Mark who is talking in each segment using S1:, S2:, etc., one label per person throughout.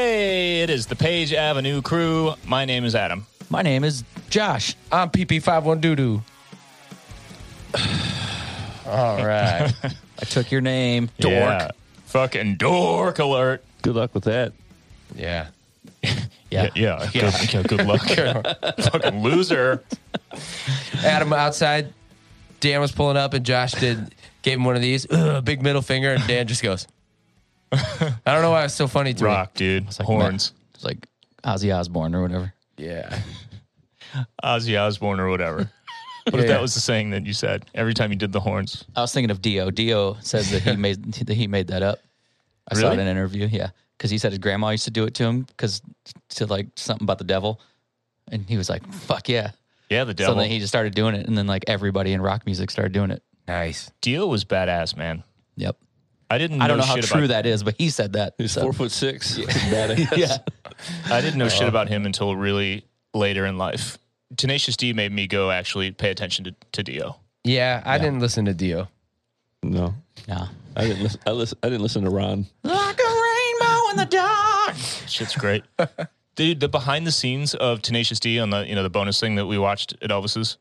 S1: It is the Page Avenue crew. My name is Adam.
S2: My name is Josh. I'm PP51 Doodoo. All right. I took your name. Dork.
S1: Yeah. Fucking dork alert.
S3: Good luck with that.
S2: Yeah.
S1: Yeah.
S2: Yeah.
S1: Yeah. Good, yeah, good luck. Fucking loser.
S2: Adam outside. Dan was pulling up, and Josh did gave him one of these, Ugh, big middle finger, and Dan just goes. I don't know why it's so funny to
S1: Rock, dude.
S3: like
S1: Horns.
S3: It's like Ozzy Osbourne or whatever.
S2: me. Yeah.
S1: Ozzy Osbourne or whatever. What if
S2: Yeah.
S1: that was the saying that you said every time you did the horns?
S3: I was thinking of Dio. Dio says that he made that he made that up. I saw it
S1: Really?
S3: in an interview. Yeah, because he said his grandma used to do it to him because to like something about the devil, and he was like, "Fuck yeah!"
S1: Yeah, the
S3: So
S1: devil.
S3: then he just started doing it, and then like everybody in rock music started doing it.
S2: Nice.
S1: Dio was badass, man.
S3: Yep.
S1: I didn't. Know
S3: I don't know how
S1: shit
S3: true
S1: about,
S3: that is, but he said that.
S4: He's
S3: so-
S4: four foot six. Badass.
S3: Yeah.
S1: I didn't know shit about him until really later in life. Tenacious D made me go actually pay attention to, to Dio.
S2: Yeah, I didn't listen to Dio.
S4: No,
S3: No.
S4: I didn't. Listen, I, listen, I didn't listen to Ron.
S3: Like a rainbow in the dark.
S1: Shit's great. Dude, the behind the scenes of Tenacious D on the you know the bonus thing that we watched at Elvis's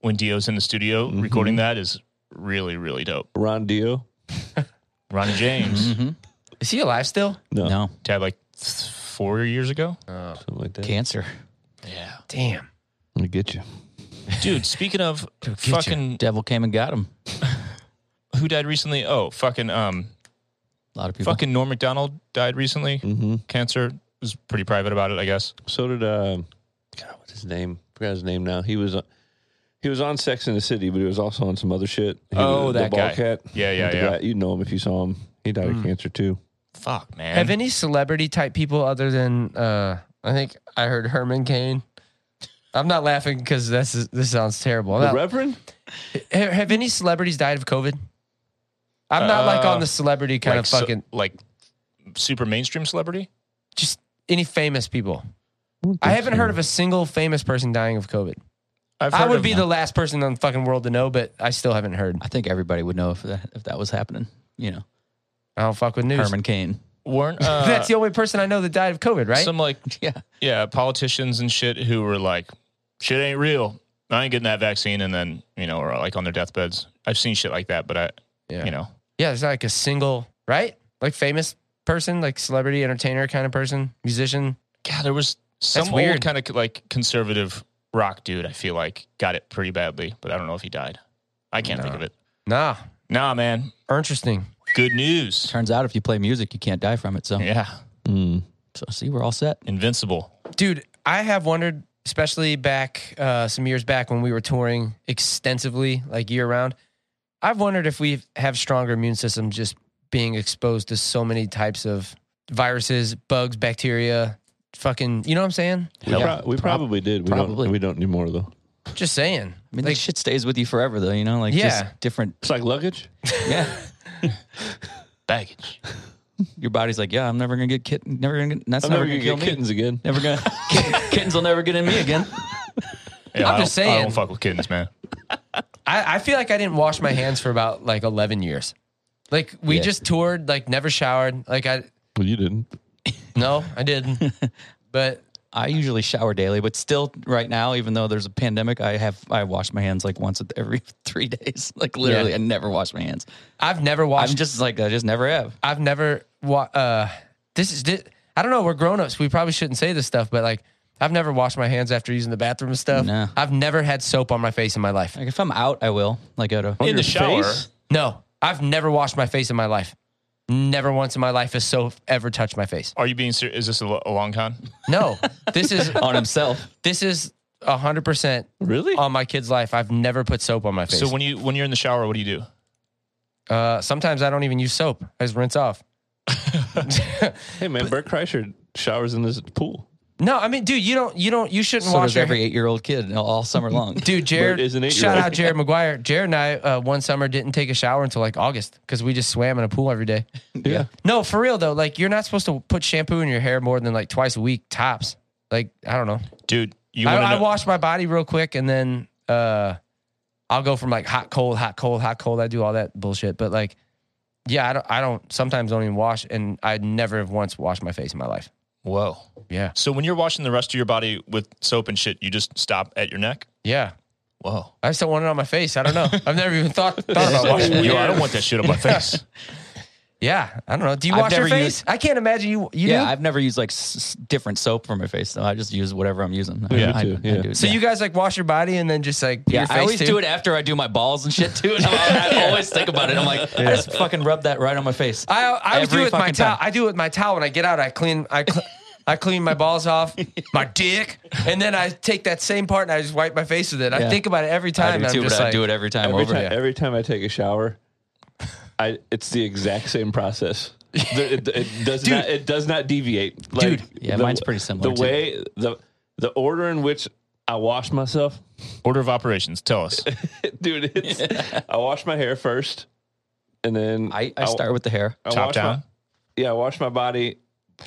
S1: when Dio's in the studio
S2: Mm-hmm.
S1: recording that is really really dope.
S4: Ron Dio.
S1: Ronnie
S2: Mm-hmm.
S1: James
S2: Is he alive still?
S4: No,
S3: No,
S1: died like th- four years ago.
S2: Uh,
S4: something like that.
S3: cancer.
S1: Yeah,
S2: Damn.
S4: I'm gonna get you.
S1: dude. Speaking of
S2: ya.
S1: fucking
S3: Devil came and got him.
S1: who died recently? Oh, fucking um,
S3: A lot of people.
S1: fucking Norm Macdonald died recently.
S2: Mm-hmm.
S1: Cancer was pretty private about it, I guess.
S4: So did um, God, what's his name? forgot his name now. He was, uh, he was on Sex in the City, but he was also on some other shit. He
S1: Oh,
S4: was
S1: that
S4: the ball
S1: guy.
S4: cat.
S1: Yeah, yeah,
S4: The
S1: yeah.
S4: guy- You'd know him if you saw him. He died of cancer too.
S1: Fuck, man.
S2: Have any celebrity type people other than uh I think I heard Herman Cain. I'm not laughing because this is, this sounds terrible. I'm
S4: The
S2: not-
S4: Reverend.
S2: Ha- have any celebrities died of COVID? I'm not like
S1: Uh,
S2: on the celebrity kind
S1: like,
S2: of
S1: so-
S2: fucking
S1: like super mainstream celebrity?
S2: just any famous people. I haven't heard of a single famous person dying of COVID.
S1: I've
S2: I would be the last person on the fucking world to know, but I still haven't heard.
S3: I think everybody would know if that if that was happening. You know,
S2: I don't fuck with news.
S3: Herman Cain.
S1: weren't uh,
S2: That's the only person I know that died of COVID, right?
S1: some like
S3: Yeah.
S1: yeah politicians and shit who were like shit ain't real. I ain't getting that vaccine, and then you know, or like on their deathbeds. I've seen shit like that, but I,
S2: Yeah.
S1: you know,
S2: yeah, there's not like a single, right? Like famous person, like celebrity, entertainer kind of person, musician.
S1: God, there was some old
S2: weird.
S1: kind of like conservative rock dude. I feel like got it pretty badly, but I don't know if he died. I can't think of it.
S2: Nah,
S1: Nah, man.
S2: interesting.
S1: Good news.
S3: Turns out if you play music, you can't die from it. So,
S1: Yeah,
S3: so see, we're all set.
S1: invincible.
S2: dude i have wondered especially back uh, some years back when we were touring extensively like year round i've wondered if we have stronger immune system just being exposed to so many types of viruses bugs bacteria fucking you know what i'm saying
S4: We,
S3: Yeah.
S4: pro- we probably did. We
S3: probably.
S4: Don't, we don't need more though.
S2: just saying
S3: I mean,
S2: like
S3: that shit stays with you forever, though. You know, like
S2: Yeah.
S3: just different.
S4: It's like luggage.
S3: Yeah,
S1: Baggage.
S3: your body's like, yeah, I'm never gonna get kitten. Never gonna. Get, that's
S4: I'm
S3: never,
S4: never gonna
S3: gonna, kill
S4: get
S3: me.
S4: kittens again.
S3: Never gonna. kitten- kittens will never get in me again.
S1: Yeah,
S2: I'm
S1: I
S2: just
S1: don't- I
S2: saying.
S1: don't fuck with kittens, man.
S2: I, I feel like i didn't wash my hands for about like 11 years like we
S3: Yeah.
S2: just toured like never showered like i
S4: Well, you didn't.
S2: no i didn't but
S3: I usually shower daily, but still, right now, even though there's a pandemic, I have I wash my hands like once every three days. Like literally,
S2: Yeah.
S3: I never wash my hands.
S2: i've never washed
S3: I'm just like I just never have.
S2: I've never wa- uh this is this, I don't know, we're grown-ups. We probably shouldn't say this stuff, but like I've never washed my hands after using the bathroom and stuff.
S3: No.
S2: I've never had soap on my face in my life.
S3: Like if I'm out, I will. Like at a
S1: In the shower.
S2: No. I've never washed my face in my life. Never once in my life has soap ever touched my face.
S1: Are you being serious? Is this a, lo- a long con?
S2: No. this is
S3: on himself.
S2: this is 100%
S4: Really?
S2: on my kid's life. I've never put soap on my face.
S1: So when you when you're in the shower, what do you do?
S2: uh, sometimes I don't even use soap. I just rinse off.
S4: hey man, Bert Kreischer showers in this pool.
S2: No, I mean, dude, you don't, you don't, you shouldn't
S3: So
S2: wash
S3: does
S2: your
S3: every eight-year-old kid all- all summer long.
S2: Dude, Jared,
S4: is an eight-year-old.
S2: shout out Jared McGuire. Jared and I uh, one summer didn't take a shower until like August because we just swam in a pool every day.
S4: Yeah.
S2: No, for real though, like you're not supposed to put shampoo in your hair more than like twice a week tops. Like I don't know.
S1: Dude, you
S2: I,
S1: want
S2: I
S1: to know?
S2: wash my body real quick and then uh, I'll go from like hot cold, hot cold, hot cold. I do all that bullshit, but like. Yeah, I don't. I don't. Sometimes don't even wash, and I never have once washed my face in my life.
S1: Whoa.
S2: Yeah.
S1: So when you're washing the rest of your body with soap and shit, you just stop at your neck?
S2: Yeah.
S1: Whoa.
S2: I still want it on my face. I don't know. I've never even thought, thought about washing it.
S1: Yo, I don't want that shit on my face.
S2: Yeah. I don't know. Do you
S3: I've
S2: wash your
S3: never
S2: face?
S3: used-
S2: I can't imagine you. You
S3: yeah,
S2: do?
S3: I've never used like s- s- different soap for my face though. I just use whatever I'm using.
S4: Yeah,
S3: I,
S4: me too,
S3: I- I
S4: yeah.
S3: do,
S2: so
S3: yeah.
S2: you guys like wash your body and then just like
S3: Yeah,
S2: your face
S3: I always
S2: too?
S3: do it after I do my balls and shit too. And I'm, I always think about it. I'm like, I just fucking rub that right on my face.
S2: I, I always do
S3: Every
S2: it with my
S3: fucking
S2: towel.
S3: time.
S2: I do it with my towel when I get out. I clean. I. Cl- I clean my balls off, my dick, and then I take that same part and I just wipe my face with it. I
S3: Yeah.
S2: think about it every
S3: I
S2: time.
S3: do
S2: and
S3: too,
S2: I'm
S3: but
S2: just
S3: I
S2: like,
S3: do it every time
S4: Every
S3: over.
S4: time, every time I take a shower, I it's the exact same process. There- it, it does not it does not deviate. Like,
S2: Dude.
S3: Yeah, mine's pretty similar,
S4: The
S3: too.
S4: way the the order in which I wash myself,
S1: Order of operations. Tell us.
S4: dude. It's, I wash my hair first, and then
S3: I, I start with the hair.
S4: I
S1: Top
S4: wash
S1: down.
S4: My, yeah, I wash my body.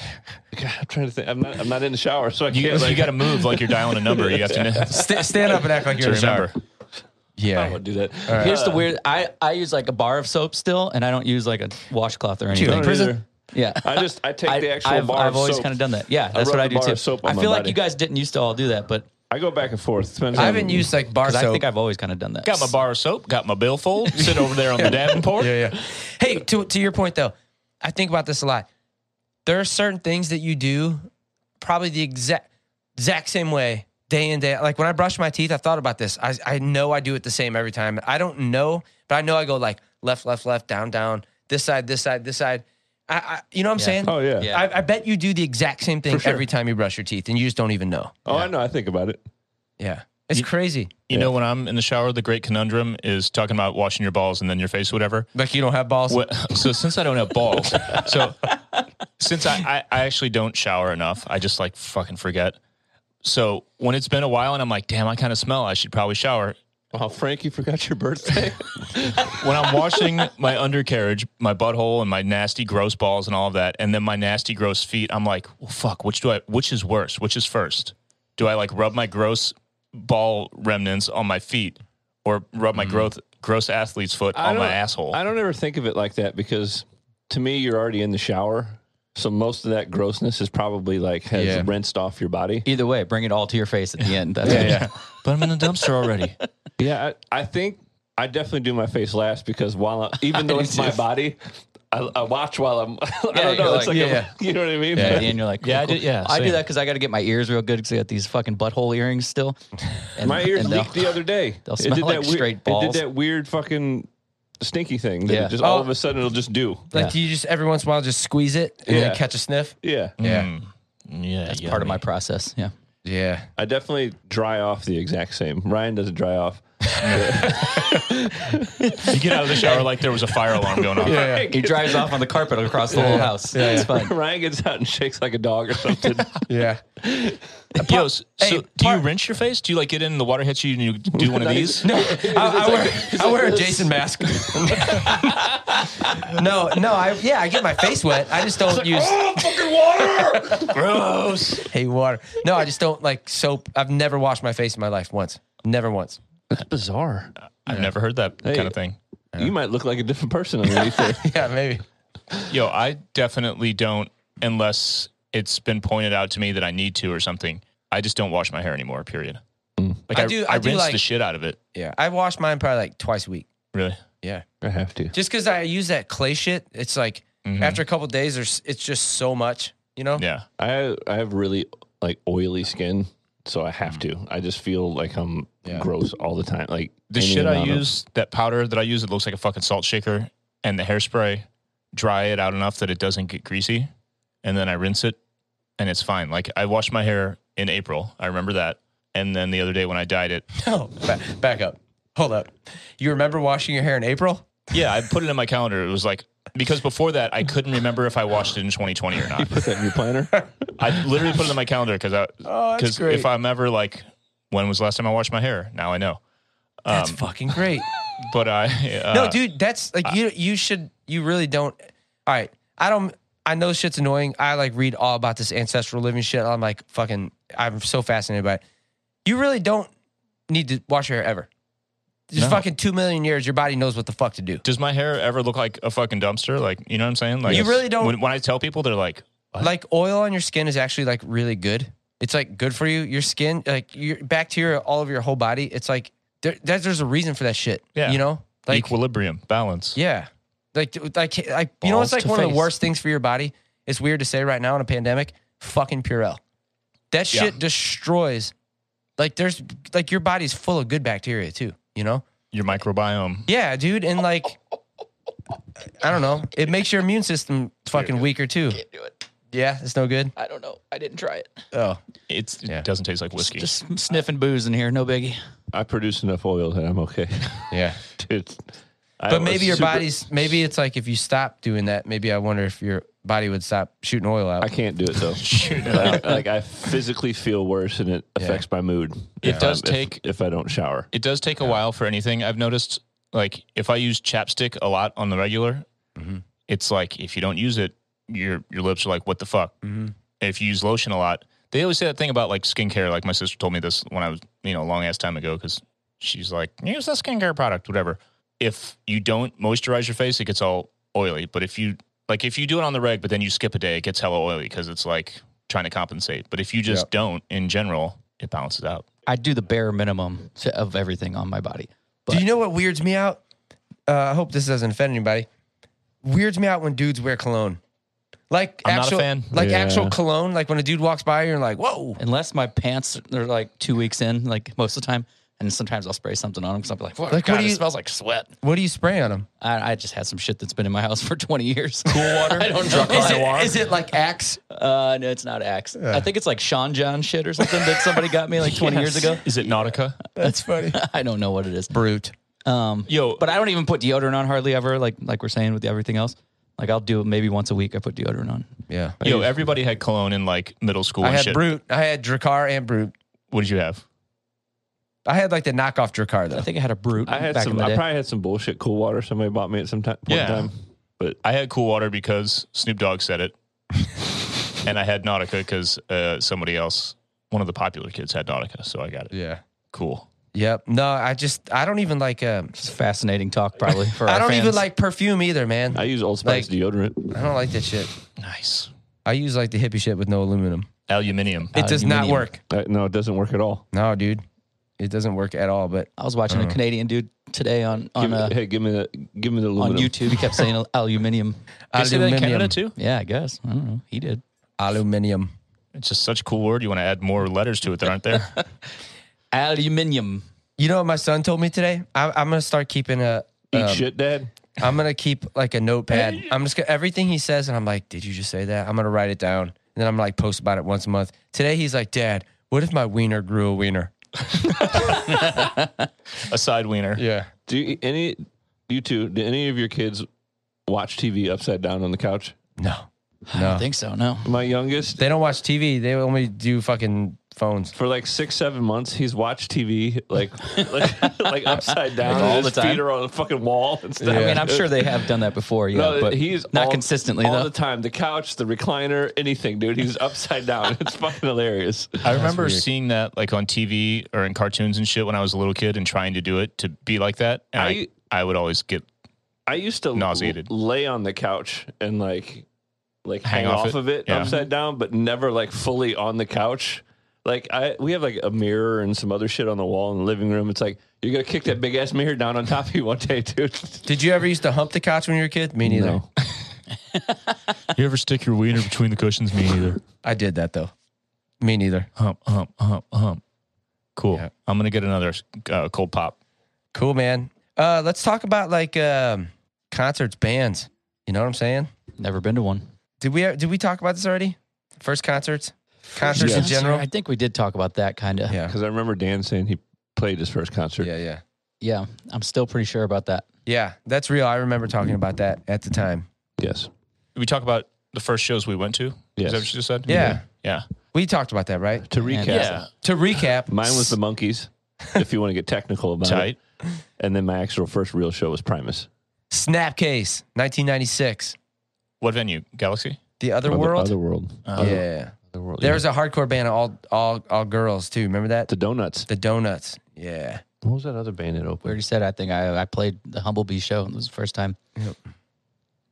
S4: God, I'm trying to think. I'm not. I'm not in the shower, so I
S1: You,
S4: can't. like,
S1: you got to move like you're dialing a number. You have to,
S2: Sta- stand up and act like
S1: to
S2: you're in a shower.
S1: remember.
S4: I
S2: Yeah.
S4: won't do that. Uh,
S3: Here's the weird. I, I use like a bar of soap still, and I don't use like a washcloth or
S4: I
S3: anything.
S4: don't either.
S3: Yeah.
S4: I just I take the actual
S3: I've,
S4: bar.
S3: I've
S4: of
S3: always
S4: soap.
S3: kind of done that. Yeah,
S4: I
S3: that's
S4: rub
S3: what I
S4: the
S3: do
S4: bar
S3: too.
S4: of soap on
S3: I
S4: my
S3: feel like
S4: body.
S3: you guys didn't used to all do that, but
S4: I go back and forth. Depends
S2: I
S4: on-
S2: haven't used like bar
S3: 'cause I
S2: soap.
S3: think I've always kind of done that.
S1: Got my bar of soap, got my billfold, sit over there on the Davenport.
S2: yeah, yeah. Hey, to to your point though, I think about this a lot. There are certain things that you do probably the exact exact same way day in day. out. Like when I brush my teeth, I thought about this. I I know I do it the same every time. I don't know, but I know I go like left, left, left, down, down, this side, this side, this side. I, I you know what I'm saying?
S4: Oh yeah.
S3: Yeah.
S2: I, I bet you do the exact same thing every time you brush your teeth, and you just don't even know.
S4: Oh, I know. I think about it.
S2: Yeah, it's crazy.
S1: You know, when I'm in the shower, the great conundrum is talking about washing your balls and then your face, whatever.
S2: Like you don't have balls.
S1: What, so since I don't have balls, so since I, I, I actually don't shower enough, I just like fucking forget. So when it's been a while and I'm like, damn, I kind of smell. I should probably shower.
S4: Oh, Frank, you forgot your birthday.
S1: When I'm washing my undercarriage, my butthole, and my nasty gross balls and all of that, and then my nasty gross feet, I'm like, well, fuck. Which do I? Which is worse? Which is first? Do I like rub my gross ball remnants on my feet, or rub my growth gross athlete's foot
S4: I
S1: on my
S4: don't-
S1: asshole?
S4: I don't ever think of it like that because to me, you're already in the shower. So most of that grossness is probably like has
S2: Yeah.
S4: rinsed off your body.
S3: Either way, bring it all to your face at the end. That's
S1: yeah, yeah. but I'm in the dumpster already.
S4: Yeah, I, I think I definitely do my face last because while I, even though
S3: do
S4: it's my
S3: too.
S4: body, I, I watch while I'm. I
S3: Yeah,
S4: don't know.
S3: you're like-
S4: It's like, a-
S2: yeah,
S4: you know what I mean.
S3: Yeah, at the end you're like,
S1: Yeah, I
S3: cool,
S1: do-
S3: cool.
S1: yeah,
S3: I do
S1: same.
S3: that because I got to get my ears real good because I got these fucking butthole earrings still. And,
S4: My ears
S3: and they'll-
S4: leaked the other day.
S3: they'll smell like
S4: weird,
S3: straight
S4: It
S3: balls.
S4: did that weird fucking stinky thing. That
S3: Yeah.
S4: it just all
S2: Oh.
S4: of a sudden it'll just do.
S2: like you just every once in a while just squeeze it and
S4: Yeah.
S2: then catch a sniff.
S4: Yeah.
S2: Yeah,
S1: Yeah, that's
S3: Part of my process. Yeah.
S2: yeah.
S4: I definitely dry off the exact same. Ryan doesn't dry off.
S1: You get out of the shower like there was a fire alarm going off.
S2: Yeah.
S3: He drives off on the carpet across the whole house. Yeah, it's fun.
S4: Ryan gets out and shakes like a dog or something.
S2: Yeah.
S1: Yo, s- so
S2: Hey,
S1: do you
S2: part-
S1: rinse your face? Do you like get in the water hits you and you do one of these?
S2: No, I, I wear, I wear a Jason mask. no, no, I yeah, I get my face wet. I just don't use "Oh,
S1: Gross.
S2: hey water. No, I just don't like soap. I've never washed my face in my life once. Never once.
S4: That's bizarre.
S1: I've never heard that
S4: Hey.
S1: kind of thing.
S4: You might look like a different person underneath there.
S2: Yeah, maybe.
S1: Yo, I definitely don't unless it's been pointed out to me that I need to or something. I just don't wash my hair anymore, period. Like
S2: Mm. I
S1: I,
S2: do-
S1: I,
S2: I do
S1: rinse
S2: like-
S1: the shit out of it.
S2: Yeah. I wash mine probably like twice a week.
S1: Really?
S2: Yeah.
S4: I have to.
S2: Just cuz I use that clay shit, it's like after a couple of days there's it's just so much, you know?
S1: Mm-hmm. Yeah.
S4: I I have really like oily skin, so I have to. I just feel like I'm
S2: Yeah.
S4: gross all the time. Like
S1: The
S4: any
S1: shit I
S4: amount of-
S1: use, that powder that I use, it looks like a fucking salt shaker and the hairspray, dry it out enough that it doesn't get greasy. And then I rinse it and it's fine. Like I washed my hair in April. I remember that. And then the other day when I dyed it,
S2: No. Back, back up. Hold up. You remember washing your hair in April?
S1: yeah, I put it in my calendar. It was like, because before that, I couldn't remember if I washed it in 2020 or not.
S4: Put that in your planner.
S1: I literally put it in my calendar because I,
S2: Oh, that's
S1: because
S2: great.
S1: if I'm ever like, when was the last time I washed my hair? Now I know.
S2: That's fucking great.
S1: But I, uh,
S2: No, dude, that's like you. You should. You really don't. All right, I don't. I know shit's annoying. I like read all about this ancestral living shit. I'm like fucking. I'm so fascinated by it. You really don't need to wash your hair ever. Just
S1: No.
S2: fucking two million years, your body knows what the fuck to do.
S1: does my hair ever look like a fucking dumpster? Like, you know what I'm saying? Like,
S2: You really don't-
S1: When, when I tell people, they're like, What?
S2: Like oil on your skin is actually like really good. It's like good for you. Your skin, like your bacteria, all of your whole body. It's like there, there's, there's a reason for that shit.
S1: Yeah.
S2: You know, like
S1: Equilibrium, balance.
S2: yeah, like d- like like you know,
S3: Balls
S2: it's like
S3: to
S2: one of
S3: face.
S2: the worst things for your body. It's weird to say right now in a pandemic. Fucking Purell, that
S1: Yeah.
S2: shit destroys. Like there's like your body's full of good bacteria too. You know.
S1: Your microbiome.
S2: Yeah, dude, and like, I don't know. It makes your immune system fucking weaker too.
S3: Can't do it.
S2: Yeah, it's no good.
S3: I don't know. I didn't try it.
S2: Oh,
S1: It's,
S2: Yeah.
S1: It doesn't taste like whiskey.
S3: Just sniffing booze in here. No biggie.
S4: I produce enough oil that I'm okay.
S2: yeah.
S4: Dude, I
S2: But
S4: was
S2: maybe your
S4: super-
S2: body's. Maybe it's like if you stop doing that. Maybe I wonder if your body would stop shooting oil
S4: I
S2: out.
S4: can't do it though. like, like, I physically feel worse, and it affects my mood.
S1: It
S4: if
S1: does
S4: I'm- if-
S1: take-
S4: if, I don't shower.
S1: It does take a while for anything. I've noticed, like, if I use chapstick a lot on the regular, it's like if you don't use it, your your lips are like, what the fuck?
S2: Mhm.
S1: If you use lotion a lot, they always say that thing about like skincare. Like my sister told me this when I was, you know, a long ass time ago because she's like, use this skincare product, whatever. If you don't moisturize your face, it gets all oily. But if you like, if you do it on the reg, but then you skip a day, it gets hella oily because it's like trying to compensate. But if you just don't, in general, it balances out.
S3: I do the bare minimum to, of everything on my body.
S2: Do you know what weirds me out? Uh, I hope this doesn't offend anybody. Weirds me out when dudes wear cologne. Like
S1: I'm not a
S2: actual,
S1: fan.
S2: like
S4: Yeah.
S2: actual cologne. Like when a dude walks by, you're like, whoa.
S3: Unless my pants are like two weeks in, like most of the time. And sometimes I'll spray something on them because I'll be like, "Fuck,
S2: Like, what
S3: God,
S2: do
S3: it
S2: you-
S3: smells like sweat.
S2: What do you spray on him?
S3: I, I just had some shit that's been in my house for 20 years. Cool water? I don't know.
S2: Is it, is it like Axe?
S3: Uh, no, it's not Axe. I think it's like Sean John shit or something that somebody got me like 20 years ago.
S1: Is it Nautica?
S2: That's funny.
S3: I don't know what it is.
S2: Brute.
S3: Um,
S1: Yo,
S3: but I don't even put deodorant on hardly ever. Like like we're saying with everything else, like I'll do it maybe once a week. I put deodorant on.
S2: Yeah.
S1: Yo, everybody had cologne in like middle school.
S2: I
S1: and
S2: had
S1: shit.
S2: Brute. I had Dracar and Brute.
S1: What did you have?
S2: I had like the knockoff Dracar
S3: I
S2: though.
S3: think I had a brute.
S4: I had
S3: back
S4: some.
S3: In the
S4: I
S3: day.
S4: probably had some bullshit cool water somebody bought me at some time.
S1: Yeah.
S4: One time. But
S1: I had Cool Water because Snoop Dogg said it, and I had Nautica because uh, somebody else, one of the popular kids, had Nautica, so I got it.
S2: Yeah.
S1: Cool.
S2: Yep. No, I just I don't even like um
S3: It's fascinating talk probably for.
S2: I
S3: our
S2: don't even
S3: fans.
S2: like perfume either, man. I,
S4: I use Old Spice
S2: Like-
S4: deodorant.
S2: don't like that shit.
S1: Nice.
S2: I use like the hippie shit with no aluminum.
S1: Aluminium.
S2: It does not
S3: Aluminium.
S2: work.
S4: Uh, no, it doesn't work at all.
S2: No, dude. It doesn't work at all, but
S3: I was watching a Canadian dude today on on
S4: Mm. Give me-
S3: uh,
S4: hey, give me the give me the
S3: on
S4: aluminum.
S3: YouTube. He kept saying aluminium.
S1: Did you say that in Canada
S2: aluminum.
S1: too?
S3: Yeah, I guess I don't know. He did.
S2: Aluminum.
S1: It's just such a cool word. You want to add more letters to it that aren't there?
S3: Aluminium.
S2: You know what my son told me today? I, I'm gonna start keeping a.
S4: Eat
S2: um,
S4: shit, Dad.
S2: I'm gonna keep like a notepad. I'm just gonna everything he says, and I'm like, did you just say that? I'm gonna write it down, and then I'm like post about it once a month. Today he's like, Dad, what if my wiener grew a wiener?
S1: a side wiener.
S2: Yeah.
S4: Do you, any you two? Do any of your kids watch TV upside down on the couch?
S2: No.
S3: I
S2: No.
S3: don't think so. No.
S4: My youngest,
S2: They don't watch TV. They only do fucking phones.
S4: for like six, seven months, he's watched TV like like, like upside down
S3: all
S4: and
S3: the
S4: his feet
S3: time?
S4: are on the fucking wall and stuff.
S3: I mean, I'm sure they have done that before. Yeah,
S4: No,
S3: but
S4: he's
S3: not
S4: all-
S3: consistently
S4: all
S3: though.
S4: the time. The couch, the recliner, anything, dude. He's upside down. It's fucking hilarious.
S1: I remember seeing that like on TV or in cartoons and shit when I was a little kid and trying to do it to be like that. And I, I would always get
S4: I used to
S1: Nauseated.
S4: l- lay on the couch and like like hang,
S1: Hang
S4: off,
S1: off it.
S4: of it
S1: Yeah.
S4: upside down, but never like fully on the couch. Like I we have like a mirror and some other shit on the wall in the living room. It's like you're gonna kick that big ass mirror down on top of you one day, dude.
S2: Did you ever used to hump the couch when you were a kid? Me neither.
S4: No.
S1: You ever stick your wiener between the cushions? Me neither.
S2: I did that though. Me neither.
S1: Hump, hump, hump, hump. Cool.
S2: Yeah.
S1: I'm gonna get another uh, cold pop.
S2: Cool, man. Uh, let's talk about like um, concerts, bands. You know what I'm saying?
S3: Never been to one.
S2: Did we did we talk about this already? First concerts, concerts in
S4: Yes.
S2: general.
S3: I think we did talk about that kind of.
S2: Yeah,
S4: Because I remember Dan saying he played his first concert.
S2: yeah, yeah,
S3: yeah. I'm still pretty sure about that.
S2: yeah. That's real. I remember talking about that at the time.
S4: Yes.
S1: Did we talk about the first shows we went to?
S4: Yes.
S1: Is that what you just said?
S2: Yeah.
S1: Yeah.
S2: We talked about that, right?
S4: To recap,
S1: Yeah.
S2: To recap,
S4: mine was the monkeys, if you want to get technical about it.
S1: Tight.
S4: And then my actual first real show was Primus.
S2: Snapcase, 1996,
S1: What venue? Galaxy?
S2: The Other
S4: Other-
S2: World. Uh,
S4: Other world.
S2: yeah,
S4: Other world.
S2: there was a hardcore band of all all all girls too. Remember that?
S4: the donuts.
S2: The Donuts. Yeah.
S4: What was that other band that opened?
S3: We already said I think I, I played the Humblebee show. and It was the first time.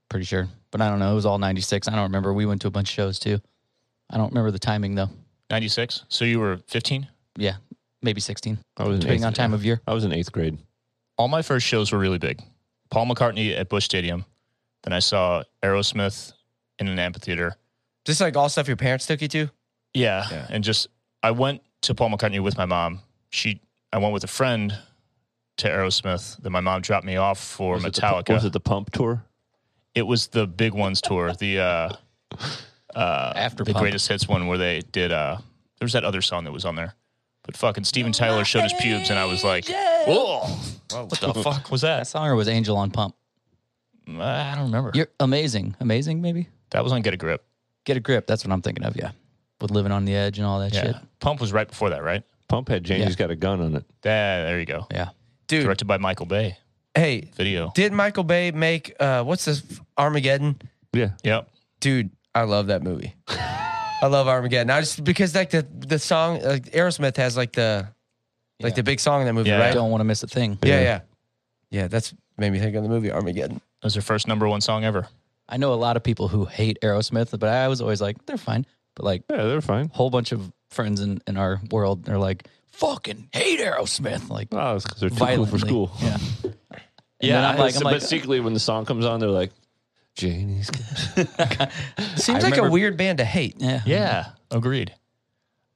S3: pretty sure. But I don't know. It was all 96. I don't remember. We went to a bunch of shows too. I don't remember the timing though.
S1: 96. So you were 15?
S3: Yeah. Maybe 16,
S4: I was in
S3: depending
S4: eighth-
S3: on time of year.
S4: I was in eighth grade.
S1: All my first shows were really big. Paul McCartney at Bush Stadium. Then I saw Aerosmith in an amphitheater.
S2: Just like all stuff your parents took you to.
S1: Yeah.
S2: Yeah.
S1: And just, I went to Paul McCartney with my mom. She, I went with a friend to Aerosmith. Then my mom dropped me off for
S4: Was it the pu-
S1: Metallica.
S4: was it the pump tour?
S1: It was the big ones tour, the uh, uh,
S3: After
S1: the
S3: Pump.
S1: greatest hits one where they did. Uh, there was that other song that was on there, but fucking Steven Tyler showed his pubes, and I was like, "Whoa, what the fuck was
S3: That
S1: that?"
S3: song or was Angel on Pump?
S1: I don't remember.
S3: You're amazing. Amazing, maybe?
S1: That was on Get a Grip.
S3: Get a grip. That's what I'm thinking of. Yeah. With living on the edge and all that
S1: Yeah,
S3: shit.
S1: Pump was right before that, right?
S4: Pump had Janie's
S3: Yeah.
S4: got a gun on it.
S1: There, there you go.
S3: Yeah.
S2: Dude,
S1: Directed by Michael Bay.
S2: hey,
S1: Video.
S2: did Michael Bay make uh what's this Armageddon?
S4: Yeah.
S1: Yep.
S2: Dude, I love that movie. I love Armageddon. I just because like the the song like Aerosmith has like the like
S3: Yeah.
S2: the big song in that movie,
S1: Yeah.
S2: right?
S3: Don't want to miss a thing.
S2: Yeah, yeah. Yeah, that's made me think of the movie Armageddon.
S1: That was their first number one song ever.
S3: I know a lot of people who hate Aerosmith, but I was always like, they're fine. But like
S4: Yeah, they're fine.
S3: a whole bunch of friends in, in our world are like, fucking hate Aerosmith. Like
S4: Oh, it's because they're too
S3: violently.
S4: cool for school.
S3: Yeah. And then I'm like, I'm
S4: but
S3: like,
S4: secretly, when the song comes on, they're like, Janie's got
S2: Seems like a
S3: remember-
S2: weird band to hate.
S3: yeah.
S1: Yeah. Agreed.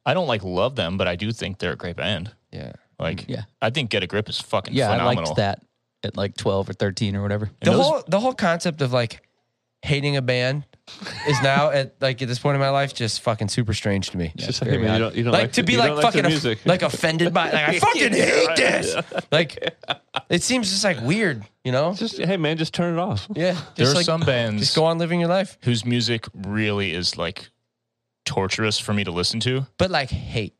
S1: I don't like love them, but I do think they're a great band.
S2: Yeah.
S1: Like,
S3: Yeah.
S1: I think Get a Grip is fucking
S3: Yeah,
S1: phenomenal.
S3: I liked that at like 12 or 13 or whatever.
S2: The
S1: those-
S2: whole the whole concept of like hating a band is now at like at this point in my life just fucking super strange to me.
S4: just
S3: very
S4: like, man,
S3: odd.
S4: you don't, you don't
S2: like,
S4: like,
S2: to be
S4: you
S2: like
S4: don't
S2: fucking
S4: their
S2: off-
S4: music.
S2: like offended by like I fucking hate this. Like it seems just like weird, you know?
S4: just hey man, just turn it off.
S2: Yeah. Just
S1: There are
S2: like
S1: some bands.
S2: just go on living your life.
S1: whose music really is like torturous for me to listen to.
S2: But like hate.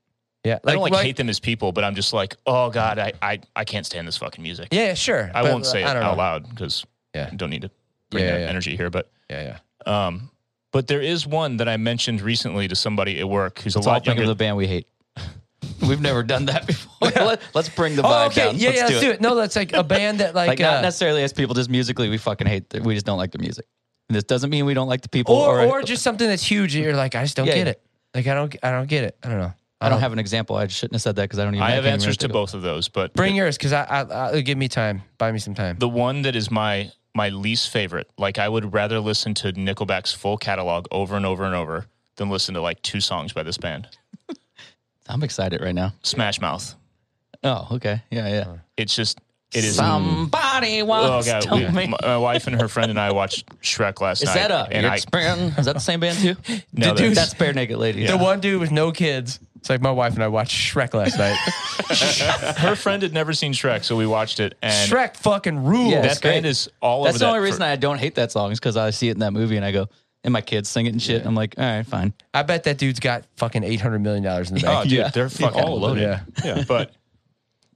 S2: Yeah.
S1: I don't like, hate them as people, but I'm just like, oh god, I I, I can't stand this fucking music.
S2: Yeah, sure.
S1: I
S2: but
S1: won't say it
S2: I don't
S1: out
S2: know.
S1: loud because
S2: Yeah.
S1: I don't need to bring
S2: Yeah,
S1: that
S2: yeah.
S1: energy here. But
S2: Yeah, yeah.
S1: um, but there is one that I mentioned recently to somebody at work who's a
S3: Let's all
S1: lot
S3: think
S1: younger.
S3: of the band we hate. We've never done that before. Let, us bring the vibe
S2: Oh, okay.
S3: down.
S2: Yeah,
S3: let's
S2: yeah,
S3: do
S2: let's
S3: it.
S2: do it. No, that's like a band that like,
S3: Like, not
S2: uh,
S3: necessarily as people, just musically, we fucking hate. The, we just don't like the music. And this doesn't mean we don't like the people.
S2: or
S3: I-
S2: or just something that's huge that you're like, I just don't
S3: uh, Yeah,
S2: get
S3: yeah.
S2: it. Like I don't I don't get it. I don't know.
S3: I don't have an example. I shouldn't have said that because uh, I don't even.
S1: I
S3: can't
S1: have
S3: even
S1: answers to
S3: think of-
S1: both of those, but
S2: Bring yours because I, I, I give me time. Buy me some time.
S1: the one that is my my least favorite. Like I would rather listen to Nickelback's full catalog over and over and over than listen to like two songs by this band.
S3: I'm excited right now.
S1: Smash Mouth.
S3: Oh, okay. Yeah, yeah.
S1: It's just it is
S3: Somebody
S1: Oh
S3: wants
S1: god,
S3: to
S1: we,
S3: make.
S1: my, my wife and her friend and I watched Shrek last
S3: Is
S1: night.
S3: that a?
S1: And I,
S3: It's Britain? Is that the same band too?
S1: no,
S2: dude-
S1: that's-
S3: That's bare naked lady.
S2: The one dude with no kids. It's like my wife and I watched Shrek last night.
S1: her friend had never seen Shrek, so we watched it. And
S2: Shrek fucking rules.
S3: Yeah,
S1: that
S3: that's
S1: band
S3: great.
S1: is all
S3: That's
S1: over
S3: the
S1: that
S3: only
S1: for-
S3: reason I don't hate that song is because I see it in that movie and I go, and my kids sing it and shit. and I'm like, all right, fine.
S2: I bet that dude's got fucking eight hundred million dollars in the
S1: oh,
S2: bank.
S1: dude,
S3: Yeah.
S1: they're fucking
S4: all of
S1: loaded.
S2: yeah,
S4: Yeah.
S1: But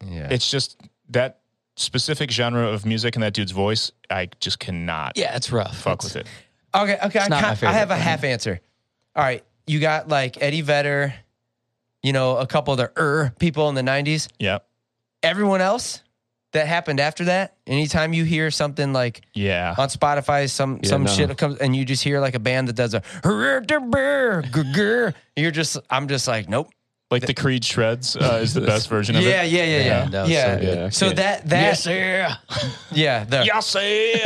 S2: yeah.
S1: it's just that specific genre of music and that dude's voice. I just cannot
S3: Yeah, it's rough.
S1: fuck
S3: It's-
S1: with it.
S2: okay, okay. I,
S3: not
S2: ca-
S3: my
S2: I
S3: favorite,
S2: have a
S3: but-
S2: half answer. All right, you got like Eddie Vedder, you know, a couple of the er people in the nineties.
S1: Yeah,
S2: Everyone else that happened after that. Anytime you hear something like
S1: yeah.
S2: on Spotify, some
S4: Yeah,
S2: some
S4: no.
S2: shit comes and you just hear like a band that does a grr. You're just, I'm just like, nope.
S1: Like the Creed shreds uh, is the best version of
S2: Yeah,
S1: it.
S2: yeah, yeah, yeah,
S3: Man, that was
S2: yeah.
S3: so
S2: So,
S4: good. Yeah, I can't-
S2: that that
S3: Yes, sir.
S2: yeah, the,
S1: Y'all say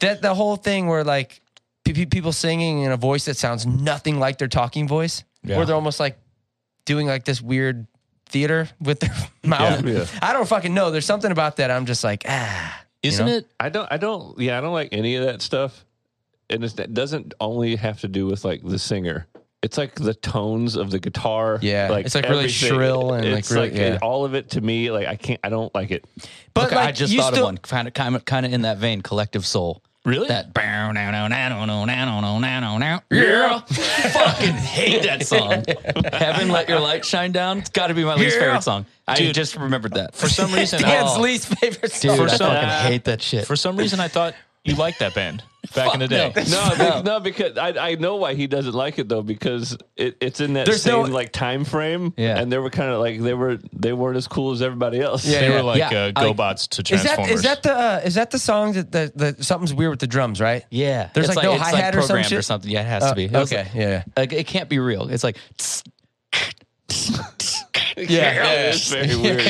S2: that the whole thing where like pe- pe- people singing in a voice that sounds nothing like their talking voice, where they're almost like doing like this weird theater with their mouth.
S4: Yeah.
S2: I don't fucking know. There's something about that. I'm just like ah.
S3: Isn't
S2: know?
S3: it?
S4: I don't. I don't. Yeah, I don't like any of that stuff. And it's, it doesn't only have to do with like the singer. It's like the tones of the guitar.
S2: Yeah, it's, like, really
S4: everything.
S2: shrill and, like,
S4: it's
S2: really- yeah.
S4: all of it to me. Like I can't. I don't like it.
S2: But
S3: Okay,
S2: like
S3: I just
S2: you
S3: thought
S2: still,
S3: of one, kind of, kind of, kind of in that vein, collective soul.
S1: Really?
S3: That bow, now, now, now, now, now, now, now, now, now, now. Yeah, fucking hate that song. Heaven, let your light shine down. It's got to be my least
S2: Yeah.
S3: favorite song. I
S1: Dude.
S3: just remembered that
S1: For some reason,
S2: Dan's
S1: I,
S2: least favorite
S3: oh, Dude,
S2: song.
S3: I
S1: some-
S3: fucking hate that shit.
S1: for some reason, I thought You liked that band back in the day.
S4: No, be- no, because I, I know why he doesn't like it though because it, it's in that
S2: There's
S4: same
S2: no-
S4: like time frame.
S3: Yeah.
S4: and they were kind of like they were they weren't as cool as everybody else.
S2: Yeah,
S1: They
S2: yeah.
S1: were like
S3: Yeah,
S1: uh,
S3: I-
S1: GoBots to
S2: Is that
S1: Transformers.
S2: is that the uh, is that the song that the, the something's weird with the drums, right?
S3: Yeah,
S2: There's
S3: It's
S2: like no
S3: it's
S2: hi-hat or some
S3: programmed
S2: shit?
S3: or something. Yeah, it has to be. It was
S2: Okay,
S3: like-
S2: yeah.
S3: Like, it can't be real. It's like tss,
S4: it's very weird.